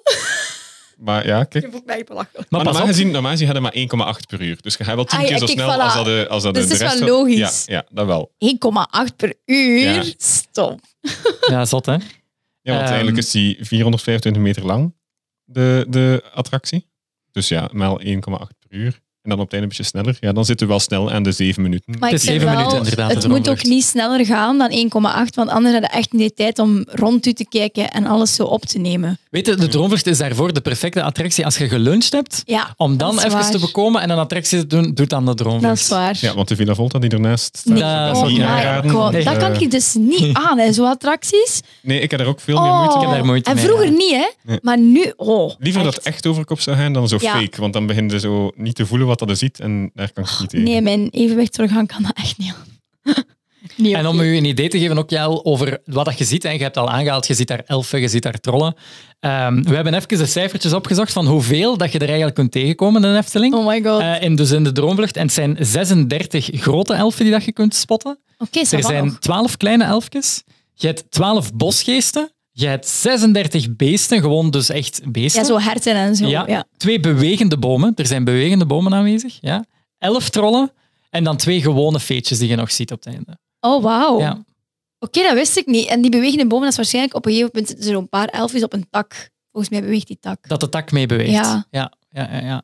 Speaker 1: Maar ja, kijk.
Speaker 3: Ik voel mij belachelijk.
Speaker 1: Maar
Speaker 2: maar pas
Speaker 1: normaal
Speaker 2: op,
Speaker 1: gezien, normaal gezien gaat hij maar 1,8 per uur. Dus je gaat wel 10
Speaker 3: Ah, ja,
Speaker 1: keer zo
Speaker 3: kijk,
Speaker 1: snel
Speaker 3: voilà.
Speaker 1: als dat de, als dat de,
Speaker 3: Dus
Speaker 1: de
Speaker 3: het is
Speaker 1: rest
Speaker 3: wel
Speaker 1: van-
Speaker 3: logisch.
Speaker 1: Ja, ja, dat wel.
Speaker 3: 1,8 per uur.
Speaker 1: Ja.
Speaker 3: Stop.
Speaker 2: ja, zot hè.
Speaker 1: Ja, want
Speaker 2: Ehm,
Speaker 1: eigenlijk is die 425 meter lang, de, de attractie. Dus ja, maal 1,8 per uur. En dan op het einde een beetje sneller. Ja, dan zitten we wel snel aan de 7 minuten.
Speaker 3: Maar
Speaker 2: Het is
Speaker 3: ik vind
Speaker 2: zeven
Speaker 3: wel,
Speaker 2: minuten inderdaad,
Speaker 3: Het
Speaker 2: de
Speaker 3: moet ook
Speaker 2: rondvlucht.
Speaker 3: niet sneller gaan dan 1,8, want anders hadden we echt niet de tijd om rond u te kijken en alles zo op te nemen.
Speaker 2: Weet je, de Droomvlucht is daarvoor de perfecte attractie als je geluncht hebt.
Speaker 3: Ja,
Speaker 2: Om dan
Speaker 3: Dat is
Speaker 2: even
Speaker 3: waar.
Speaker 2: te bekomen en een attractie te doen, doet dan de Droomvlucht.
Speaker 3: dat is waar.
Speaker 1: Ja, want de Villa Volta die ernaast staat,
Speaker 3: Nee,
Speaker 2: dat
Speaker 3: oh
Speaker 2: is niet
Speaker 3: my
Speaker 2: aanraden.
Speaker 3: god,
Speaker 1: want,
Speaker 3: dat kan
Speaker 1: eh,
Speaker 3: ik dus niet aan, hè, zo attracties.
Speaker 1: Nee, ik heb er ook veel meer moeite
Speaker 3: Oh.
Speaker 2: Ik heb
Speaker 1: mee.
Speaker 2: daar moeite
Speaker 3: en
Speaker 2: mee,
Speaker 3: vroeger
Speaker 2: ja.
Speaker 3: niet, hè?
Speaker 1: Nee.
Speaker 3: Maar nu, oh.
Speaker 1: Liever dat echt overkop zou gaan dan zo
Speaker 3: Ja.
Speaker 1: fake. Want dan begin je zo niet te voelen wat dat er ziet. En daar kan ik niet tegen.
Speaker 3: Oh, Nee, mijn evenwicht teruggaan kan dat echt niet aan. Nee,
Speaker 2: En om
Speaker 3: oké.
Speaker 2: u een idee te geven ook, Jael, over wat dat je ziet. En je hebt al aangehaald, je ziet daar elfen, je ziet daar trollen. Ehm, we hebben even de cijfertjes opgezocht van hoeveel dat je er eigenlijk kunt tegenkomen in een Efteling.
Speaker 3: Oh my god.
Speaker 2: Eh, in, dus in de Droomvlucht. En het zijn 36 grote elfen die dat je kunt spotten.
Speaker 3: Oké,
Speaker 2: Er
Speaker 3: ze
Speaker 2: zijn 12 kleine elfjes. Je hebt 12 bosgeesten. Je hebt 36 beesten, gewoon dus echt beesten.
Speaker 3: Ja, zo herten en zo. Ja.
Speaker 2: Ja. Twee bewegende bomen. Er zijn bewegende bomen aanwezig. Ja. Elf trollen. En dan twee gewone feetjes die je nog ziet op het einde.
Speaker 3: Oh, wauw.
Speaker 2: Ja.
Speaker 3: Oké, dat wist ik niet. En die bewegende bomen, dat is waarschijnlijk op een gegeven moment zitten er een paar elfjes op een tak. Volgens mij beweegt die tak.
Speaker 2: Dat de tak mee beweegt.
Speaker 3: Ja.
Speaker 2: Ja, ja, ja, ja.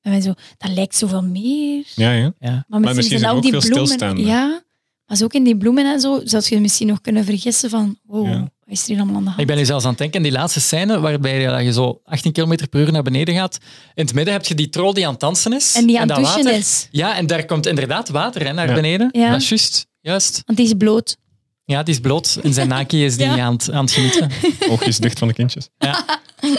Speaker 3: En wij zo, dat lijkt zoveel meer.
Speaker 1: Ja, ja.
Speaker 2: ja.
Speaker 3: Maar misschien,
Speaker 1: misschien zijn
Speaker 3: zijn dat
Speaker 1: er
Speaker 3: ook
Speaker 1: ook
Speaker 3: die
Speaker 1: veel
Speaker 3: bloemen.
Speaker 1: stilstaande.
Speaker 3: Ja, maar zo ook in die bloemen en zo, zou je misschien nog kunnen vergissen van, wow,
Speaker 1: Ja.
Speaker 3: wat is er hier allemaal aan de hand?
Speaker 2: Ik ben nu zelfs aan het denken, die laatste scène waarbij je- dat je zo 18 km per uur naar beneden gaat. In het midden heb je die troll die aan het dansen is.
Speaker 3: En die aan
Speaker 2: dat
Speaker 3: het douchen
Speaker 2: water.
Speaker 3: is.
Speaker 2: Ja, en daar komt inderdaad water hè, naar
Speaker 1: Ja.
Speaker 2: beneden.
Speaker 3: Ja.
Speaker 2: Dat is juist. Juist.
Speaker 3: Want die is bloot.
Speaker 2: Ja, die is bloot. En zijn naki is die
Speaker 3: Ja.
Speaker 2: aan, het, aan het genieten.
Speaker 1: Oogjes dicht van de kindjes.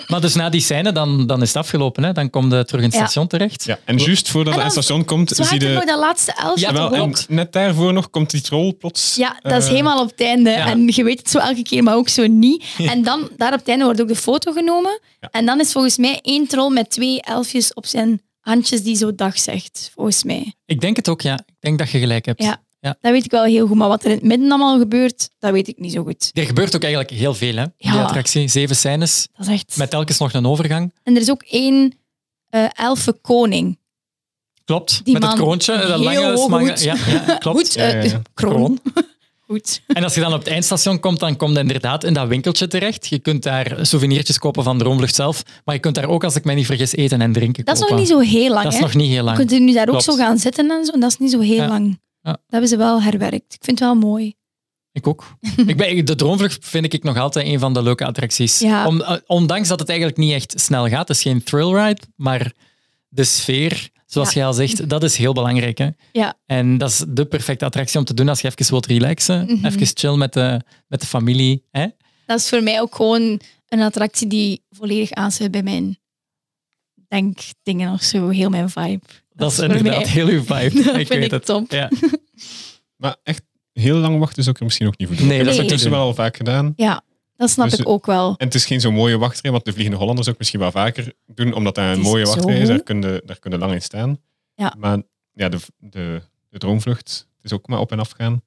Speaker 2: Maar dus na die scène, dan, dan is het afgelopen. Hè. Dan komt je terug in het
Speaker 3: Ja.
Speaker 2: station terecht.
Speaker 1: Ja. En juist voordat
Speaker 3: En
Speaker 1: hij aan
Speaker 3: dan
Speaker 1: het station komt,
Speaker 3: Zo
Speaker 1: zie
Speaker 3: hard
Speaker 1: je...
Speaker 3: nog dat laatste elfje.
Speaker 2: Ja,
Speaker 3: te
Speaker 1: Jawel,
Speaker 3: horen.
Speaker 1: en
Speaker 2: klopt.
Speaker 1: net daarvoor nog komt die troll plots.
Speaker 3: Ja, dat is
Speaker 1: eh,
Speaker 3: helemaal op het einde.
Speaker 2: ja.
Speaker 3: En je weet het zo elke keer, maar ook zo niet. En dan, daar op het einde wordt ook de foto genomen.
Speaker 1: Ja.
Speaker 3: En dan is volgens mij één troll met twee elfjes op zijn handjes die zo dag zegt, volgens mij.
Speaker 2: Ik denk het ook, ja. Ik denk dat je gelijk hebt.
Speaker 3: Ja. Dat weet ik wel heel goed, maar wat er in het midden allemaal gebeurt, dat weet ik niet zo goed.
Speaker 2: Er gebeurt ook eigenlijk heel veel, hè? Die
Speaker 3: Ja.
Speaker 2: attractie. Zeven scènes,
Speaker 3: Dat is echt...
Speaker 2: met telkens nog een overgang.
Speaker 3: En er is ook één eh elfenkoning.
Speaker 2: Klopt.
Speaker 3: Die
Speaker 2: met het
Speaker 3: man,
Speaker 2: kroontje, eh, dat
Speaker 3: heel
Speaker 2: lange
Speaker 3: hoog
Speaker 2: smalle-
Speaker 3: hoed.
Speaker 2: Ja, ja, klopt.
Speaker 3: Goed, eh,
Speaker 1: Ja, ja, ja.
Speaker 3: kroon.
Speaker 2: Kroon.
Speaker 3: goed.
Speaker 2: En als je dan op het eindstation komt, dan komt je inderdaad in dat winkeltje terecht. Je kunt daar souvenirtjes kopen van de Romvlucht zelf. Maar je kunt daar ook, als ik mij niet vergis, eten en drinken
Speaker 3: Dat is
Speaker 2: kopen.
Speaker 3: nog niet zo heel lang,
Speaker 2: Dat is
Speaker 3: hè?
Speaker 2: nog niet heel
Speaker 3: Je
Speaker 2: lang.
Speaker 3: kunt er nu daar ook
Speaker 2: Klopt.
Speaker 3: zo gaan zitten en zo. En dat is niet zo heel
Speaker 2: Ja.
Speaker 3: lang.
Speaker 2: Ja.
Speaker 3: Dat hebben ze wel herwerkt. Ik vind het wel mooi.
Speaker 2: Ik ook. ik ben, de Droomvlucht vind ik nog altijd een van de leuke attracties.
Speaker 3: Ja.
Speaker 2: Om, eh, ondanks dat het eigenlijk niet echt snel gaat. Het is geen thrillride, maar de sfeer, zoals
Speaker 3: Ja.
Speaker 2: jij al zegt, dat is heel belangrijk. Hè?
Speaker 3: Ja.
Speaker 2: En dat is de perfecte attractie om te doen als je even wilt relaxen.
Speaker 3: Mhm.
Speaker 2: Even chill met de, met de familie. Hè?
Speaker 3: Dat is voor mij ook gewoon een attractie die volledig aansluit bij mijn denkdingen of zo. Heel mijn vibe.
Speaker 2: Dat is
Speaker 3: is voor
Speaker 2: inderdaad
Speaker 3: mij-
Speaker 2: heel uw vibe.
Speaker 3: Dat
Speaker 2: ik
Speaker 3: vind
Speaker 2: weet
Speaker 3: ik
Speaker 2: het.
Speaker 3: top.
Speaker 2: Ja.
Speaker 1: Maar echt heel lang wachten zou ik er misschien ook niet voor doen.
Speaker 2: Nee,
Speaker 3: dat
Speaker 1: dat
Speaker 3: zou
Speaker 1: heb
Speaker 3: ik
Speaker 1: ik
Speaker 3: niet
Speaker 1: tussen
Speaker 2: doen.
Speaker 1: wel al vaak gedaan.
Speaker 3: Ja, dat snap
Speaker 1: Dus,
Speaker 3: ik
Speaker 1: eh,
Speaker 3: ook wel.
Speaker 1: En het is geen zo'n mooie wachtrij, want de Vliegende Hollander zou ik misschien wel vaker doen, omdat dat
Speaker 3: Het
Speaker 1: een
Speaker 3: is
Speaker 1: mooie
Speaker 3: zo
Speaker 1: wachtrij is. Daar
Speaker 3: goed.
Speaker 1: kun, je, daar kun je lang in staan.
Speaker 3: Ja.
Speaker 1: Maar ja, de, de, de droomvlucht het is ook maar op en af gaan.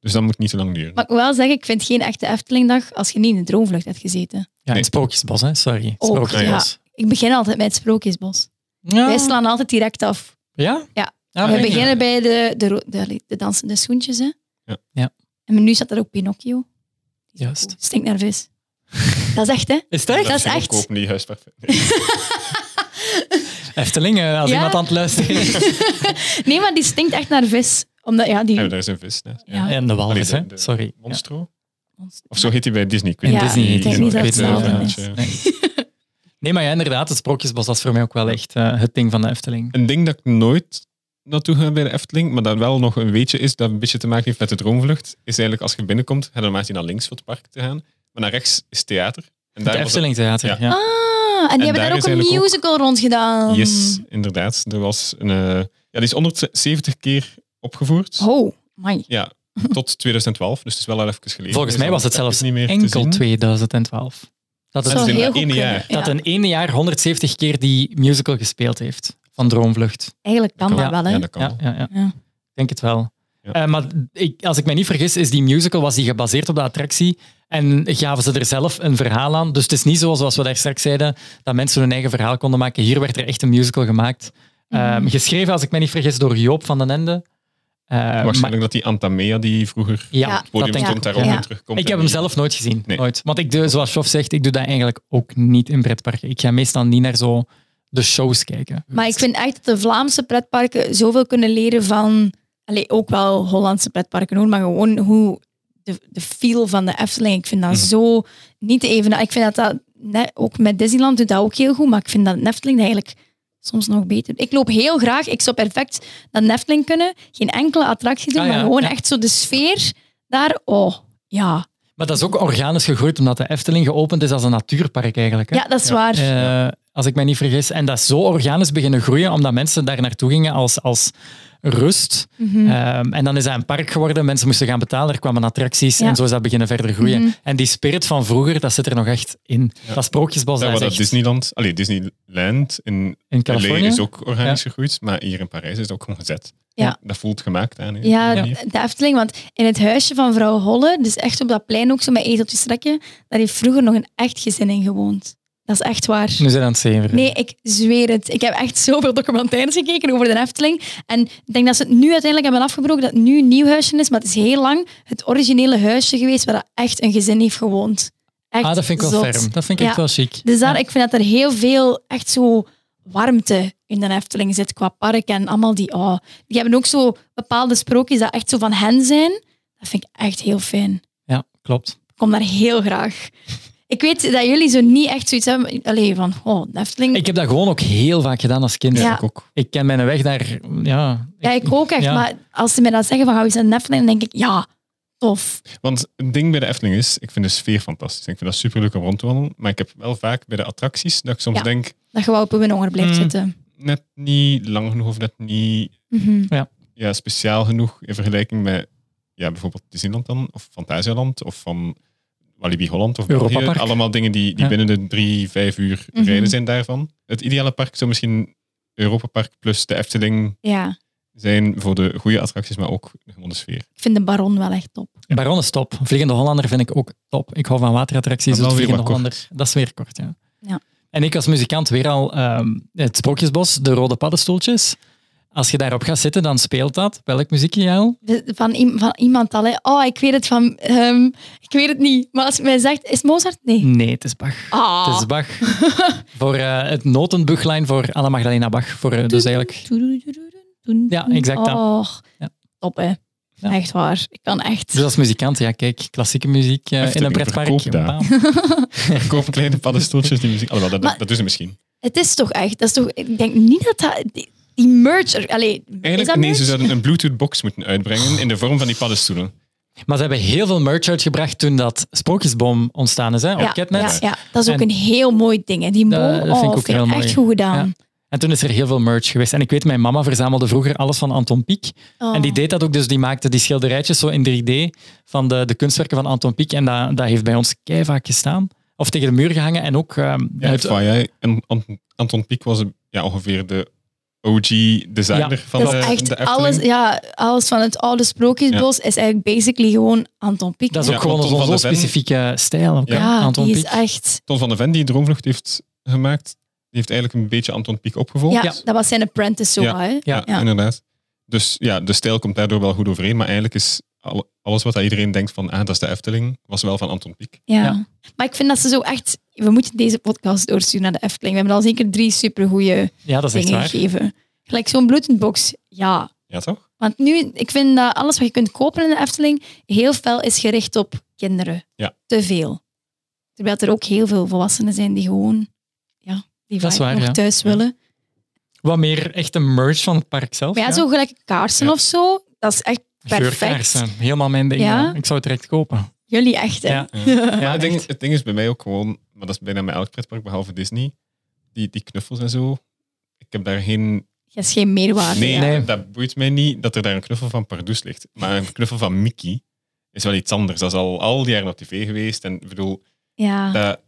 Speaker 1: Dus dat moet niet te lang duren.
Speaker 3: Maar ik moet wel zeggen, ik vind geen echte Eftelingdag als je niet in de droomvlucht hebt gezeten.
Speaker 2: Ja,
Speaker 1: Nee.
Speaker 2: en Sprookjesbos, hè? sorry.
Speaker 3: Ook,
Speaker 2: Sprookjesbos.
Speaker 3: Ik begin altijd met het Sprookjesbos.
Speaker 2: Ja.
Speaker 3: Wij slaan altijd direct af.
Speaker 2: Ja?
Speaker 3: Ja.
Speaker 2: Ah,
Speaker 3: We
Speaker 2: oké.
Speaker 3: beginnen bij de, de, ro- de, de dansende schoentjes. Hè.
Speaker 1: Ja.
Speaker 2: Ja.
Speaker 3: En nu staat er ook Pinocchio.
Speaker 2: Juist.
Speaker 3: Oh, Stinkt naar vis. dat is echt, hè?
Speaker 2: Is het echt?
Speaker 3: dat is
Speaker 1: ging
Speaker 3: echt.
Speaker 1: Kopen, die huisparfait. Nee.
Speaker 2: Efteling, eh, als
Speaker 3: Ja.
Speaker 2: iemand aan het luisteren is. Ah,
Speaker 3: Nee, maar die stinkt echt naar vis. Omdat, ja, die...
Speaker 1: En daar is een vis naast.
Speaker 3: Ja.
Speaker 2: En de walvis,
Speaker 1: Allee,
Speaker 2: hè?
Speaker 1: de- de
Speaker 2: Sorry. Ja.
Speaker 1: Monstro? Of zo heet die bij Disney. Ik weet
Speaker 2: In
Speaker 3: Ja,
Speaker 2: Disney.
Speaker 3: ik denk
Speaker 2: is
Speaker 3: niet
Speaker 2: ook
Speaker 3: dat
Speaker 2: echt,
Speaker 3: het
Speaker 2: eh,
Speaker 3: hetzelfde
Speaker 1: is.
Speaker 2: Nee. Nee, maar ja, inderdaad, het Sprookjesbos dat is voor mij ook wel echt eh, het ding van de Efteling.
Speaker 1: Een ding dat ik nooit naartoe ga bij de Efteling, maar dat wel nog een weetje is, dat een beetje te maken heeft met de droomvlucht, is eigenlijk als je binnenkomt, ga dan maar naar links voor het park te gaan, maar naar rechts is theater. En daar
Speaker 2: Het
Speaker 1: was het-
Speaker 2: Efteling Theater, ja.
Speaker 1: Ja.
Speaker 3: Ah, en die hebben
Speaker 1: daar
Speaker 3: daar ook
Speaker 1: is
Speaker 3: een
Speaker 1: eigenlijk ook-
Speaker 3: musical rond gedaan.
Speaker 1: Yes, inderdaad. Er was een, eh, ja, die is 170 keer opgevoerd.
Speaker 3: Oh, my.
Speaker 1: Ja, tot 2012, dus het is wel al even geleden.
Speaker 2: Volgens
Speaker 1: Is
Speaker 2: mij
Speaker 1: al
Speaker 2: was het
Speaker 1: even
Speaker 2: zelfs
Speaker 1: niet meer te
Speaker 2: enkel
Speaker 1: zien.
Speaker 2: 2012. Dat
Speaker 1: Dat
Speaker 2: het,
Speaker 1: is in
Speaker 3: heel
Speaker 1: dat
Speaker 3: goed
Speaker 1: ene
Speaker 3: kunnen.
Speaker 1: jaar.
Speaker 2: dat
Speaker 3: Ja.
Speaker 2: in ene jaar 170 keer die musical gespeeld heeft van Droomvlucht.
Speaker 3: Eigenlijk kan
Speaker 1: Dat
Speaker 3: dat,
Speaker 1: kan.
Speaker 3: wel, hè?
Speaker 1: Ja, dat kan
Speaker 2: Ja,
Speaker 1: wel.
Speaker 2: ja, ja.
Speaker 3: Ja.
Speaker 2: Ik denk het wel.
Speaker 1: Ja.
Speaker 2: Eh, maar ik, als ik mij niet vergis, is die musical was die gebaseerd op de attractie en gaven ze er zelf een verhaal aan. Dus het is niet zo, zoals we daar straks zeiden, dat mensen hun eigen verhaal konden maken. Hier werd er echt een musical gemaakt. Eh,
Speaker 3: Mhm.
Speaker 2: Geschreven, als ik mij niet vergis, door Joop van den Ende. Eh, maar-
Speaker 1: Waarschijnlijk dat die Antamea, die vroeger
Speaker 2: Ja,
Speaker 3: Ja.
Speaker 1: het podium
Speaker 2: dat denk
Speaker 1: stond,
Speaker 2: ik.
Speaker 1: daarom
Speaker 2: ook,
Speaker 3: ja.
Speaker 1: weer
Speaker 2: ja.
Speaker 1: terugkomt.
Speaker 2: Ik
Speaker 1: en
Speaker 2: heb hem
Speaker 1: die-
Speaker 2: zelf nooit gezien.
Speaker 1: Nee.
Speaker 2: Nooit. Want ik doe, zoals Shof zegt, ik doe dat eigenlijk ook niet in pretparken. Ik ga meestal niet naar zo de shows kijken.
Speaker 3: Maar ik vind echt dat de Vlaamse pretparken zoveel kunnen leren van... Allee, ook wel Hollandse pretparken hoor, maar gewoon hoe de, de feel van de Efteling. Ik vind dat
Speaker 1: Mhm.
Speaker 3: zo niet te even... Ik vind dat dat... ne- Ook met Disneyland doet dat ook heel goed, maar ik vind dat Efteling dat eigenlijk soms nog beter... Ik loop heel graag, ik zou perfect naar de Efteling kunnen. Geen enkele attractie doen,
Speaker 2: Ah, ja,
Speaker 3: maar gewoon
Speaker 2: ja.
Speaker 3: echt zo de sfeer daar. Oh, ja.
Speaker 2: Maar dat is ook organisch gegroeid, omdat de Efteling geopend is als een natuurpark eigenlijk. Hè?
Speaker 3: Ja, dat is waar.
Speaker 2: Eh, als ik mij niet vergis. En dat is zo organisch beginnen groeien, omdat mensen daar naartoe gingen als, als rust.
Speaker 3: Mhm.
Speaker 2: Ehm, en dan is dat een park geworden, mensen moesten gaan betalen, er kwamen attracties
Speaker 3: Ja.
Speaker 2: en zo is dat beginnen verder groeien.
Speaker 3: Mhm.
Speaker 2: En die spirit van vroeger, dat zit er nog echt in.
Speaker 1: Ja.
Speaker 2: Dat Sprookjesbos,
Speaker 1: Daar
Speaker 2: dat
Speaker 1: waar
Speaker 2: is
Speaker 1: dat
Speaker 2: echt
Speaker 1: Disneyland, allee, Disneyland in
Speaker 2: in
Speaker 1: LA
Speaker 2: Californië.
Speaker 1: is ook organisch gegroeid, maar hier in Parijs is het ook gewoon gezet.
Speaker 3: Ja.
Speaker 1: Dat voelt gemaakt aan. hè, op
Speaker 3: Ja,
Speaker 1: die manier.
Speaker 3: de Efteling. Want in het huisje van vrouw Holle, dus echt op dat plein ook zo met ezeltjes trekken, daar heeft vroeger nog een echt gezin in gewoond. Dat is echt waar.
Speaker 2: Nu zijn we aan het zeveren.
Speaker 3: Nee, ik zweer het. Ik heb echt zoveel documentaires gekeken over de Efteling. En ik denk dat ze het nu uiteindelijk hebben afgebroken, dat het nu een nieuw huisje is. Maar het is heel lang het originele huisje geweest waar dat echt een gezin heeft gewoond. Echt
Speaker 2: ah, dat vind ik wel
Speaker 3: zot.
Speaker 2: ferm. Dat vind ik
Speaker 3: Ja.
Speaker 2: echt wel chic.
Speaker 3: Dus daar,
Speaker 2: Ja.
Speaker 3: ik vind dat er heel veel echt zo warmte in de Efteling zit qua park en allemaal die. Oh, die hebben ook zo bepaalde sprookjes dat echt zo van hen zijn. Dat vind ik echt heel fijn.
Speaker 2: Ja, klopt.
Speaker 3: Ik kom daar heel graag. Ik weet dat jullie zo niet echt zoiets hebben. Allee, van oh, de Efteling.
Speaker 2: Ik heb dat gewoon ook heel vaak gedaan als kind.
Speaker 3: Ja.
Speaker 1: Ik ook.
Speaker 2: Ik ken mijn weg daar. Ja,
Speaker 3: ja, ik ook echt.
Speaker 2: ja.
Speaker 3: Maar als ze mij dat zeggen van gaan we eens naar de Efteling, dan denk ik ja, tof.
Speaker 1: Want het ding bij de Efteling is, ik vind de sfeer fantastisch. Ik vind dat super leuk om rond te wandelen. Maar ik heb wel vaak bij de attracties dat ik soms
Speaker 3: Ja.
Speaker 1: denk,
Speaker 3: Dat je wel op een honger blijft
Speaker 2: Mm.
Speaker 1: Hmm.
Speaker 3: zitten.
Speaker 1: net niet lang genoeg of net niet
Speaker 3: Mhm.
Speaker 1: ja, speciaal genoeg in vergelijking met ja, bijvoorbeeld Disneyland dan, of Fantasialand, of van Walibi Holland of
Speaker 2: Europa
Speaker 1: België.
Speaker 2: Park.
Speaker 1: Allemaal dingen die, die
Speaker 2: Ja.
Speaker 1: binnen de drie, vijf uur
Speaker 3: Mhm.
Speaker 1: rijden zijn daarvan. Het ideale park zou misschien Europa Park plus de Efteling
Speaker 3: Ja,
Speaker 1: zijn voor de goede attracties, maar ook gewoon de sfeer.
Speaker 3: ik vind de Baron wel echt top.
Speaker 2: Baron is top. Vliegende Hollander vind ik ook top. Ik hou van waterattracties.
Speaker 1: Maar
Speaker 2: Dus
Speaker 1: wel weer
Speaker 2: Vliegende
Speaker 1: wat kort.
Speaker 2: Hollander, dat is weer kort, ja.
Speaker 3: Ja.
Speaker 2: En ik als muzikant weer al ehm, het Sprookjesbos, de Rode Paddenstoeltjes. Als je daarop gaat zitten, dan speelt dat. Welk muziekje, Jael?
Speaker 3: De- Van, i- van iemand al, hè. Oh, ik weet het van... ehm, ik weet het niet. Maar als je mij zegt... Is het Mozart? Nee.
Speaker 2: Nee, het is Bach.
Speaker 3: Ah.
Speaker 2: Het is Bach. voor eh, het notenbuglijn voor Anna Magdalena Bach. Voor, eh, dus eigenlijk... Ja, exact dat.
Speaker 3: Och,
Speaker 2: Ja.
Speaker 3: top, hè.
Speaker 2: Ja.
Speaker 3: Echt waar. Ik kan echt...
Speaker 2: Dus als muzikant, ja kijk, klassieke muziek eh, in
Speaker 1: Efteling,
Speaker 2: een pretpark.
Speaker 1: verkoop dat.
Speaker 2: Bam.
Speaker 1: Ik koop kleine paddenstoeltjes die muziek. Alhoewel, dat,
Speaker 3: Maar-
Speaker 1: dat doen ze misschien.
Speaker 3: Het is toch echt... Dat is toch, ik denk niet dat dat... Die, die merch... er- Allee, is dat
Speaker 1: Eigenlijk, nee,
Speaker 3: merch?
Speaker 1: ze zouden een Bluetooth-box moeten uitbrengen in de vorm van die paddenstoelen.
Speaker 2: Maar ze hebben heel veel merch uitgebracht toen dat Sprookjesboom ontstaan is, hè, op
Speaker 3: ja,
Speaker 2: Catnet.
Speaker 3: Ja, ja, dat is ook
Speaker 2: En-
Speaker 3: een heel mooi ding. Hè. Die boom,
Speaker 2: Dat vind ik
Speaker 3: oh,
Speaker 2: ook
Speaker 3: vind ik
Speaker 2: heel mooi.
Speaker 3: echt goed gedaan.
Speaker 2: En toen is er heel veel merch geweest. En ik weet, mijn mama verzamelde vroeger alles van Anton Pieck.
Speaker 3: Oh.
Speaker 2: En die deed dat ook, dus die maakte die schilderijtjes zo in 3D van de, de kunstwerken van Anton Pieck. En dat, dat heeft bij ons kei vaak gestaan. Of tegen de muur gehangen. En ook ehm,
Speaker 1: Ja,
Speaker 2: uit-
Speaker 1: van, jij en Ant- Anton Pieck was ja, ongeveer de OG-designer
Speaker 2: Ja,
Speaker 1: van
Speaker 3: Dat
Speaker 1: de,
Speaker 3: is
Speaker 1: de
Speaker 3: echt
Speaker 1: Efteling.
Speaker 3: alles, ja, alles van het oude sprookjesbos is eigenlijk basically gewoon Anton Pieck.
Speaker 2: dat is ook
Speaker 1: Ja,
Speaker 2: gewoon
Speaker 1: Anton
Speaker 2: zo'n
Speaker 1: van
Speaker 2: zo
Speaker 1: de Ven.
Speaker 2: specifieke stijl. ook,
Speaker 1: Ja.
Speaker 2: hè,
Speaker 3: ja,
Speaker 2: Anton
Speaker 3: die is
Speaker 2: Pieck.
Speaker 3: echt...
Speaker 1: Ton van de Ven, die Droomvlucht heeft gemaakt, die heeft eigenlijk een beetje Anton Pieck opgevolgd.
Speaker 3: Ja, dat was zijn apprentice zo,
Speaker 1: Ja.
Speaker 3: hè.
Speaker 2: Ja.
Speaker 3: Ja.
Speaker 1: inderdaad. Dus ja, de stijl komt daardoor wel goed overeen, maar eigenlijk is al- alles wat iedereen denkt van, ah, dat is de Efteling, was wel van Anton Pieck.
Speaker 3: Ja.
Speaker 2: Ja.
Speaker 3: Maar ik vind dat ze zo echt... We moeten deze podcast doorsturen naar de Efteling. We hebben al zeker drie supergoeie
Speaker 2: Ja, dat is echt
Speaker 3: dingen
Speaker 2: waar.
Speaker 3: gegeven. Gelijk zo'n bloedenbox, ja.
Speaker 1: Ja, toch?
Speaker 3: Want nu, ik vind dat alles wat je kunt kopen in de Efteling heel fel is gericht op kinderen.
Speaker 1: Ja.
Speaker 3: Te veel. Terwijl er ook heel veel volwassenen zijn die gewoon ja, die
Speaker 2: Dat is
Speaker 3: vaak
Speaker 2: waar,
Speaker 3: nog
Speaker 2: ja.
Speaker 3: thuis
Speaker 1: Ja.
Speaker 3: willen.
Speaker 2: Wat meer echte merch van het park zelf.
Speaker 3: Maar ja, zo gelijk kaarsen
Speaker 1: Ja.
Speaker 3: of zo, dat is echt perfect.
Speaker 2: Geurkaarsen. Helemaal mijn ding.
Speaker 3: Ja.
Speaker 2: ja. Ik zou het direct kopen.
Speaker 3: Jullie echt, hè?
Speaker 2: Ja.
Speaker 1: Ja, het, ding,
Speaker 2: echt.
Speaker 1: het ding is bij mij ook gewoon, maar dat is bijna bij elk pretpark behalve Disney, die, die knuffels en zo. Ik heb daar geen.
Speaker 3: Dat is geen meerwaarde.
Speaker 1: Nee,
Speaker 3: ja.
Speaker 2: Nee.
Speaker 1: dat boeit mij niet dat er daar een knuffel van Pardoes ligt. Maar een knuffel van Mickey is wel iets anders. Dat is al al die jaren op tv geweest. En ik bedoel,
Speaker 3: Ja.
Speaker 2: Ah.
Speaker 1: dat,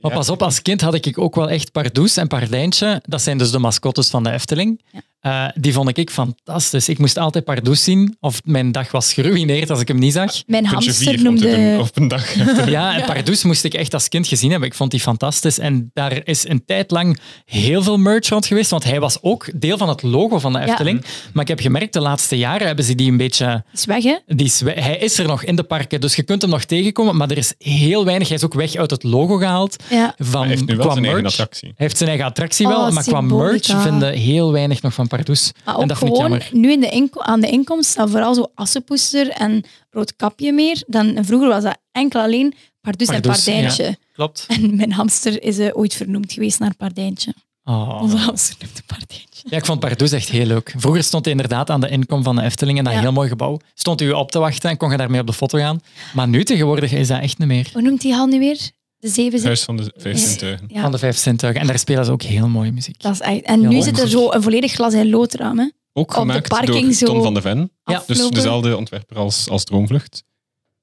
Speaker 2: Maar
Speaker 1: ja,
Speaker 2: pas op, als kind had ik ook wel echt Pardoes en Pardijntje. Dat zijn dus de mascottes van de Efteling.
Speaker 3: Ja.
Speaker 2: Eh, die vond ik fantastisch. Ik moest altijd Pardoes zien, of mijn dag was geruineerd als ik hem niet zag.
Speaker 3: Mijn
Speaker 1: puntje
Speaker 3: hamster
Speaker 1: vier om te doen
Speaker 3: noemde...
Speaker 1: op een dag.
Speaker 2: Ja, en Pardoes moest ik echt als kind gezien hebben. Ik vond die fantastisch. En daar is een tijd lang heel veel merch rond geweest, want hij was ook deel van het logo van de Efteling. Maar ik heb gemerkt, de laatste jaren hebben ze die een beetje...
Speaker 3: is weg, hè?
Speaker 2: Die is, we- hij is er nog in de parken, dus je kunt hem nog tegenkomen, maar er is heel weinig. Hij is ook weg uit het logo gehaald.
Speaker 3: Ja.
Speaker 2: Van,
Speaker 1: Hij heeft nu wel
Speaker 2: qua
Speaker 1: zijn eigen
Speaker 2: merch.
Speaker 1: attractie.
Speaker 2: Hij heeft zijn eigen attractie
Speaker 3: Oh,
Speaker 2: wel, maar qua
Speaker 3: symbolica.
Speaker 2: merch vinden heel weinig nog van Pardoes.
Speaker 3: Maar
Speaker 2: en
Speaker 3: ook
Speaker 2: dat vind ik
Speaker 3: gewoon,
Speaker 2: jammer.
Speaker 3: nu in de inko- aan de inkomst staan vooral zo assenpoester en rood kapje meer. Dan, en vroeger was dat enkel alleen Pardus, en
Speaker 2: Pardus,
Speaker 3: Pardijntje.
Speaker 2: Klopt.
Speaker 3: En mijn hamster is eh, ooit vernoemd geweest naar Pardijntje. Onze
Speaker 2: Oh.
Speaker 3: hamster noemde Pardijntje.
Speaker 2: Ja, ik vond Pardoes echt heel leuk. Vroeger stond hij inderdaad aan de inkom van de Efteling in dat
Speaker 3: Ja.
Speaker 2: heel mooi gebouw. Stond hij u op te wachten en kon je daarmee op de foto gaan. Maar nu tegenwoordig is dat echt niet meer.
Speaker 3: Hoe noemt die hal nu weer? De zeven zin-
Speaker 1: Huis van de vijf Tuigen.
Speaker 3: Ja,
Speaker 2: Van de Vijf Zintuigen. En daar spelen ze ook heel mooie muziek.
Speaker 3: dat is echt. En
Speaker 2: Ja,
Speaker 3: nu
Speaker 2: mooi.
Speaker 3: zit er zo een volledig glas in loodraam. Hè?
Speaker 1: Ook
Speaker 3: de
Speaker 1: gemaakt door
Speaker 3: parking zo
Speaker 1: Ton van de Ven.
Speaker 2: Ja,
Speaker 3: Afgelopen.
Speaker 1: Dus dezelfde ontwerper als, als Droomvlucht.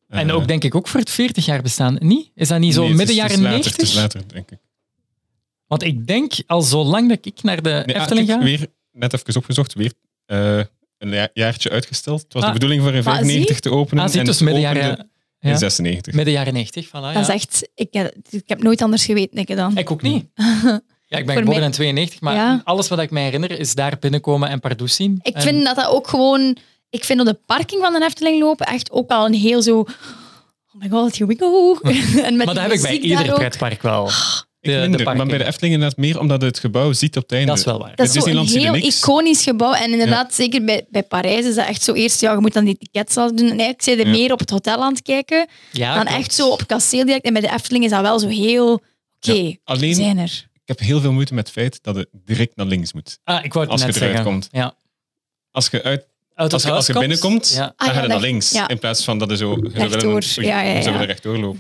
Speaker 2: en
Speaker 1: Eh,
Speaker 2: ook denk ik ook voor het 40 jaar bestaan. Niet? Is dat niet zo
Speaker 1: nee, het
Speaker 2: midden
Speaker 1: is- het is
Speaker 2: jaren
Speaker 1: later,
Speaker 2: 90?
Speaker 1: Het is later, denk ik.
Speaker 2: Want ik denk al zo lang dat ik naar de
Speaker 1: Nee, ah,
Speaker 2: Efteling
Speaker 1: kijk,
Speaker 2: ga.
Speaker 1: Weer, net even opgezocht, weer eh, een ja- jaartje uitgesteld. Het was
Speaker 2: Ah.
Speaker 1: de bedoeling voor in
Speaker 3: Maar
Speaker 1: 95 te openen.
Speaker 2: Ah, zie,
Speaker 1: en
Speaker 2: dus
Speaker 1: het
Speaker 2: midden
Speaker 1: opende
Speaker 2: jaren,
Speaker 1: In
Speaker 2: ja.
Speaker 1: 96.
Speaker 2: midden jaren 90. Voilà,
Speaker 3: Dat is
Speaker 2: ja.
Speaker 3: echt. Ik, heb- ik heb nooit anders geweten, ik dan.
Speaker 2: Ik ook niet. Ja, ik ben
Speaker 3: Voor
Speaker 2: geboren
Speaker 3: mij-
Speaker 2: in 92, maar
Speaker 3: Ja.
Speaker 2: alles wat ik mij herinner is daar binnenkomen en Pardoes zien.
Speaker 3: Ik
Speaker 2: En-
Speaker 3: vind dat dat ook gewoon... Ik vind op de parking van de Efteling lopen echt ook al een heel zo... Oh my god, hier we go. en met
Speaker 2: maar
Speaker 3: die
Speaker 2: dat heb ik bij
Speaker 3: muziek
Speaker 2: ieder
Speaker 3: daar ook. Oh.
Speaker 2: pretpark wel.
Speaker 1: Ik minder, maar
Speaker 2: parken.
Speaker 1: bij de Efteling inderdaad meer omdat je het gebouw ziet op het einde.
Speaker 2: Dat is wel waar.
Speaker 3: Dat
Speaker 1: Bij
Speaker 3: is zo'n
Speaker 1: Disneyland zie je
Speaker 3: heel
Speaker 1: niks.
Speaker 3: iconisch gebouw. En inderdaad, zeker bij, bij Parijs is dat echt zo eerst... Ja, je moet dan die tickets al doen. En eigenlijk zijn er
Speaker 1: Ja.
Speaker 3: meer op het hotel aan het kijken
Speaker 2: Ja,
Speaker 3: dan
Speaker 2: Ah, klopt.
Speaker 3: echt zo op het kasteel direct. En bij de Efteling is dat wel zo heel... Oké, we
Speaker 1: Alleen,
Speaker 3: zijn er.
Speaker 1: ik heb heel veel moeite met het feit dat het direct naar links moet.
Speaker 2: Ah, ik wou het
Speaker 1: Als
Speaker 2: net
Speaker 1: je eruit
Speaker 2: zeggen.
Speaker 1: komt.
Speaker 2: Ja.
Speaker 1: Als je, uit,
Speaker 2: Uit
Speaker 1: als
Speaker 2: het
Speaker 1: je, als
Speaker 2: huis
Speaker 1: je
Speaker 2: komt,
Speaker 1: binnenkomt,
Speaker 2: Ja.
Speaker 1: dan
Speaker 3: Ah, ja,
Speaker 1: ga je naar
Speaker 3: dat-
Speaker 1: links.
Speaker 3: ja.
Speaker 1: In plaats van dat je zo... Je zou willen
Speaker 3: Rechtdoor,
Speaker 1: een-
Speaker 3: ja, ja,
Speaker 1: je zou
Speaker 3: ja.
Speaker 1: willen rechtdoor lopen.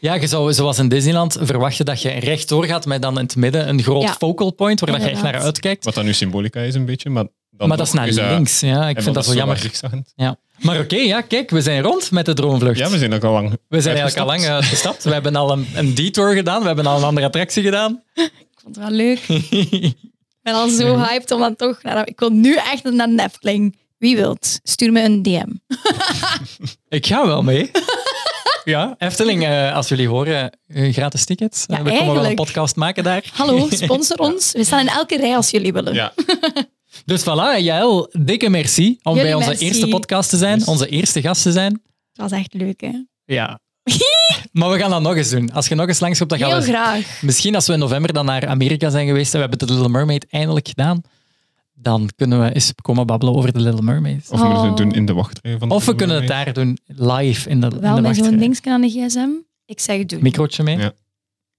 Speaker 2: ja, je zou zoals in Disneyland verwachten dat je rechtdoor gaat met dan in het midden een groot
Speaker 3: Ja.
Speaker 2: focal point waar dat je echt
Speaker 3: Inderdaad.
Speaker 2: naar uitkijkt.
Speaker 1: Wat dan nu symbolica is een beetje, maar... Dan
Speaker 2: maar dat is
Speaker 1: nog
Speaker 2: naar
Speaker 1: dat-
Speaker 2: links. Ja, ik
Speaker 1: en
Speaker 2: vind
Speaker 1: dan
Speaker 2: dat zo
Speaker 1: is wel
Speaker 2: jammer.
Speaker 1: zigzaggend.
Speaker 2: Ja. Maar oké, ja, kijk, we zijn rond met de droomvlucht.
Speaker 1: Ja, we zijn ook al lang
Speaker 2: We zijn eigenlijk al lang
Speaker 1: uitgestapt.
Speaker 2: eh, gestapt. We hebben al een, een detour gedaan, we hebben al een andere attractie gedaan.
Speaker 3: Ik vond het wel leuk. Ik ben al zo hyped om dan toch... Naar, ik wil nu echt naar de Efteling. Wie wilt? Stuur me een DM.
Speaker 2: Ik ga wel mee. ja, Efteling, eh, als jullie horen, eh, gratis tickets. Eh,
Speaker 3: Ja,
Speaker 2: we komen wel een
Speaker 3: eigenlijk.
Speaker 2: podcast maken daar.
Speaker 3: Hallo, sponsor ons. We staan in elke rij als jullie willen.
Speaker 1: Ja,
Speaker 2: Dus voilà, Jael, dikke merci om
Speaker 3: Jullie
Speaker 2: bij onze
Speaker 3: merci.
Speaker 2: eerste podcast te zijn,
Speaker 1: Yes.
Speaker 2: onze eerste gast te zijn.
Speaker 3: Dat was echt leuk, hè?
Speaker 2: Ja. maar we gaan dat nog eens doen. Als je nog eens langskomt, dan gaan
Speaker 3: Heel
Speaker 2: we...
Speaker 3: graag.
Speaker 2: Misschien als we in november dan naar Amerika zijn geweest en we hebben de Little Mermaid eindelijk gedaan, dan kunnen we eens komen babbelen over de Little Mermaid.
Speaker 1: Of we moeten het
Speaker 3: Oh.
Speaker 1: doen in de wachtrij. Van de
Speaker 2: Of we kunnen het
Speaker 1: Wildermeer.
Speaker 2: daar doen, live in de, in
Speaker 3: Wel
Speaker 2: de
Speaker 3: met zo'n
Speaker 2: wachtrij.
Speaker 3: dingetje aan de gsm. Ik zeg doen.
Speaker 2: Microotje mee.
Speaker 1: Ja.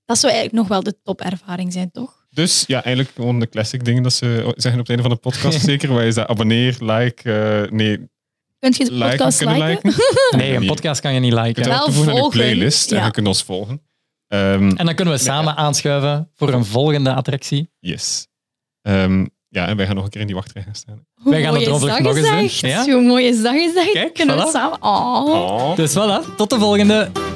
Speaker 3: Dat zou eigenlijk nog wel de topervaring zijn, toch?
Speaker 1: Dus ja, eigenlijk gewoon de classic dingen dat ze zeggen op het einde van de podcast. zeker, wat is dat? Abonneer, like, eh, nee,
Speaker 3: Kunt je de
Speaker 1: liken,
Speaker 3: podcast
Speaker 1: kunnen
Speaker 3: liken?
Speaker 1: liken.
Speaker 2: Nee, een podcast kan je niet
Speaker 1: Je kunt
Speaker 2: liken.
Speaker 1: dat
Speaker 3: Wel
Speaker 1: toevoegen aan je
Speaker 3: volgen,
Speaker 1: playlist en
Speaker 3: ja.
Speaker 1: je kunt ons volgen. Ehm,
Speaker 2: En dan kunnen we
Speaker 1: Nee,
Speaker 2: samen aanschuiven voor een volgende attractie.
Speaker 1: yes. Ehm, ja, en wij gaan nog een keer in die wachtrij gaan staan.
Speaker 3: Hoe
Speaker 2: Wij gaan
Speaker 3: mooi
Speaker 2: het
Speaker 3: is
Speaker 2: erover
Speaker 3: dat
Speaker 2: nog eens doen,
Speaker 3: gezegd?
Speaker 2: ja?
Speaker 3: Hoe mooi is dat gezegd?
Speaker 2: Kijk,
Speaker 3: Kunnen we
Speaker 2: voilà.
Speaker 3: samen... Oh.
Speaker 1: Oh.
Speaker 2: Dus voilà, tot de volgende.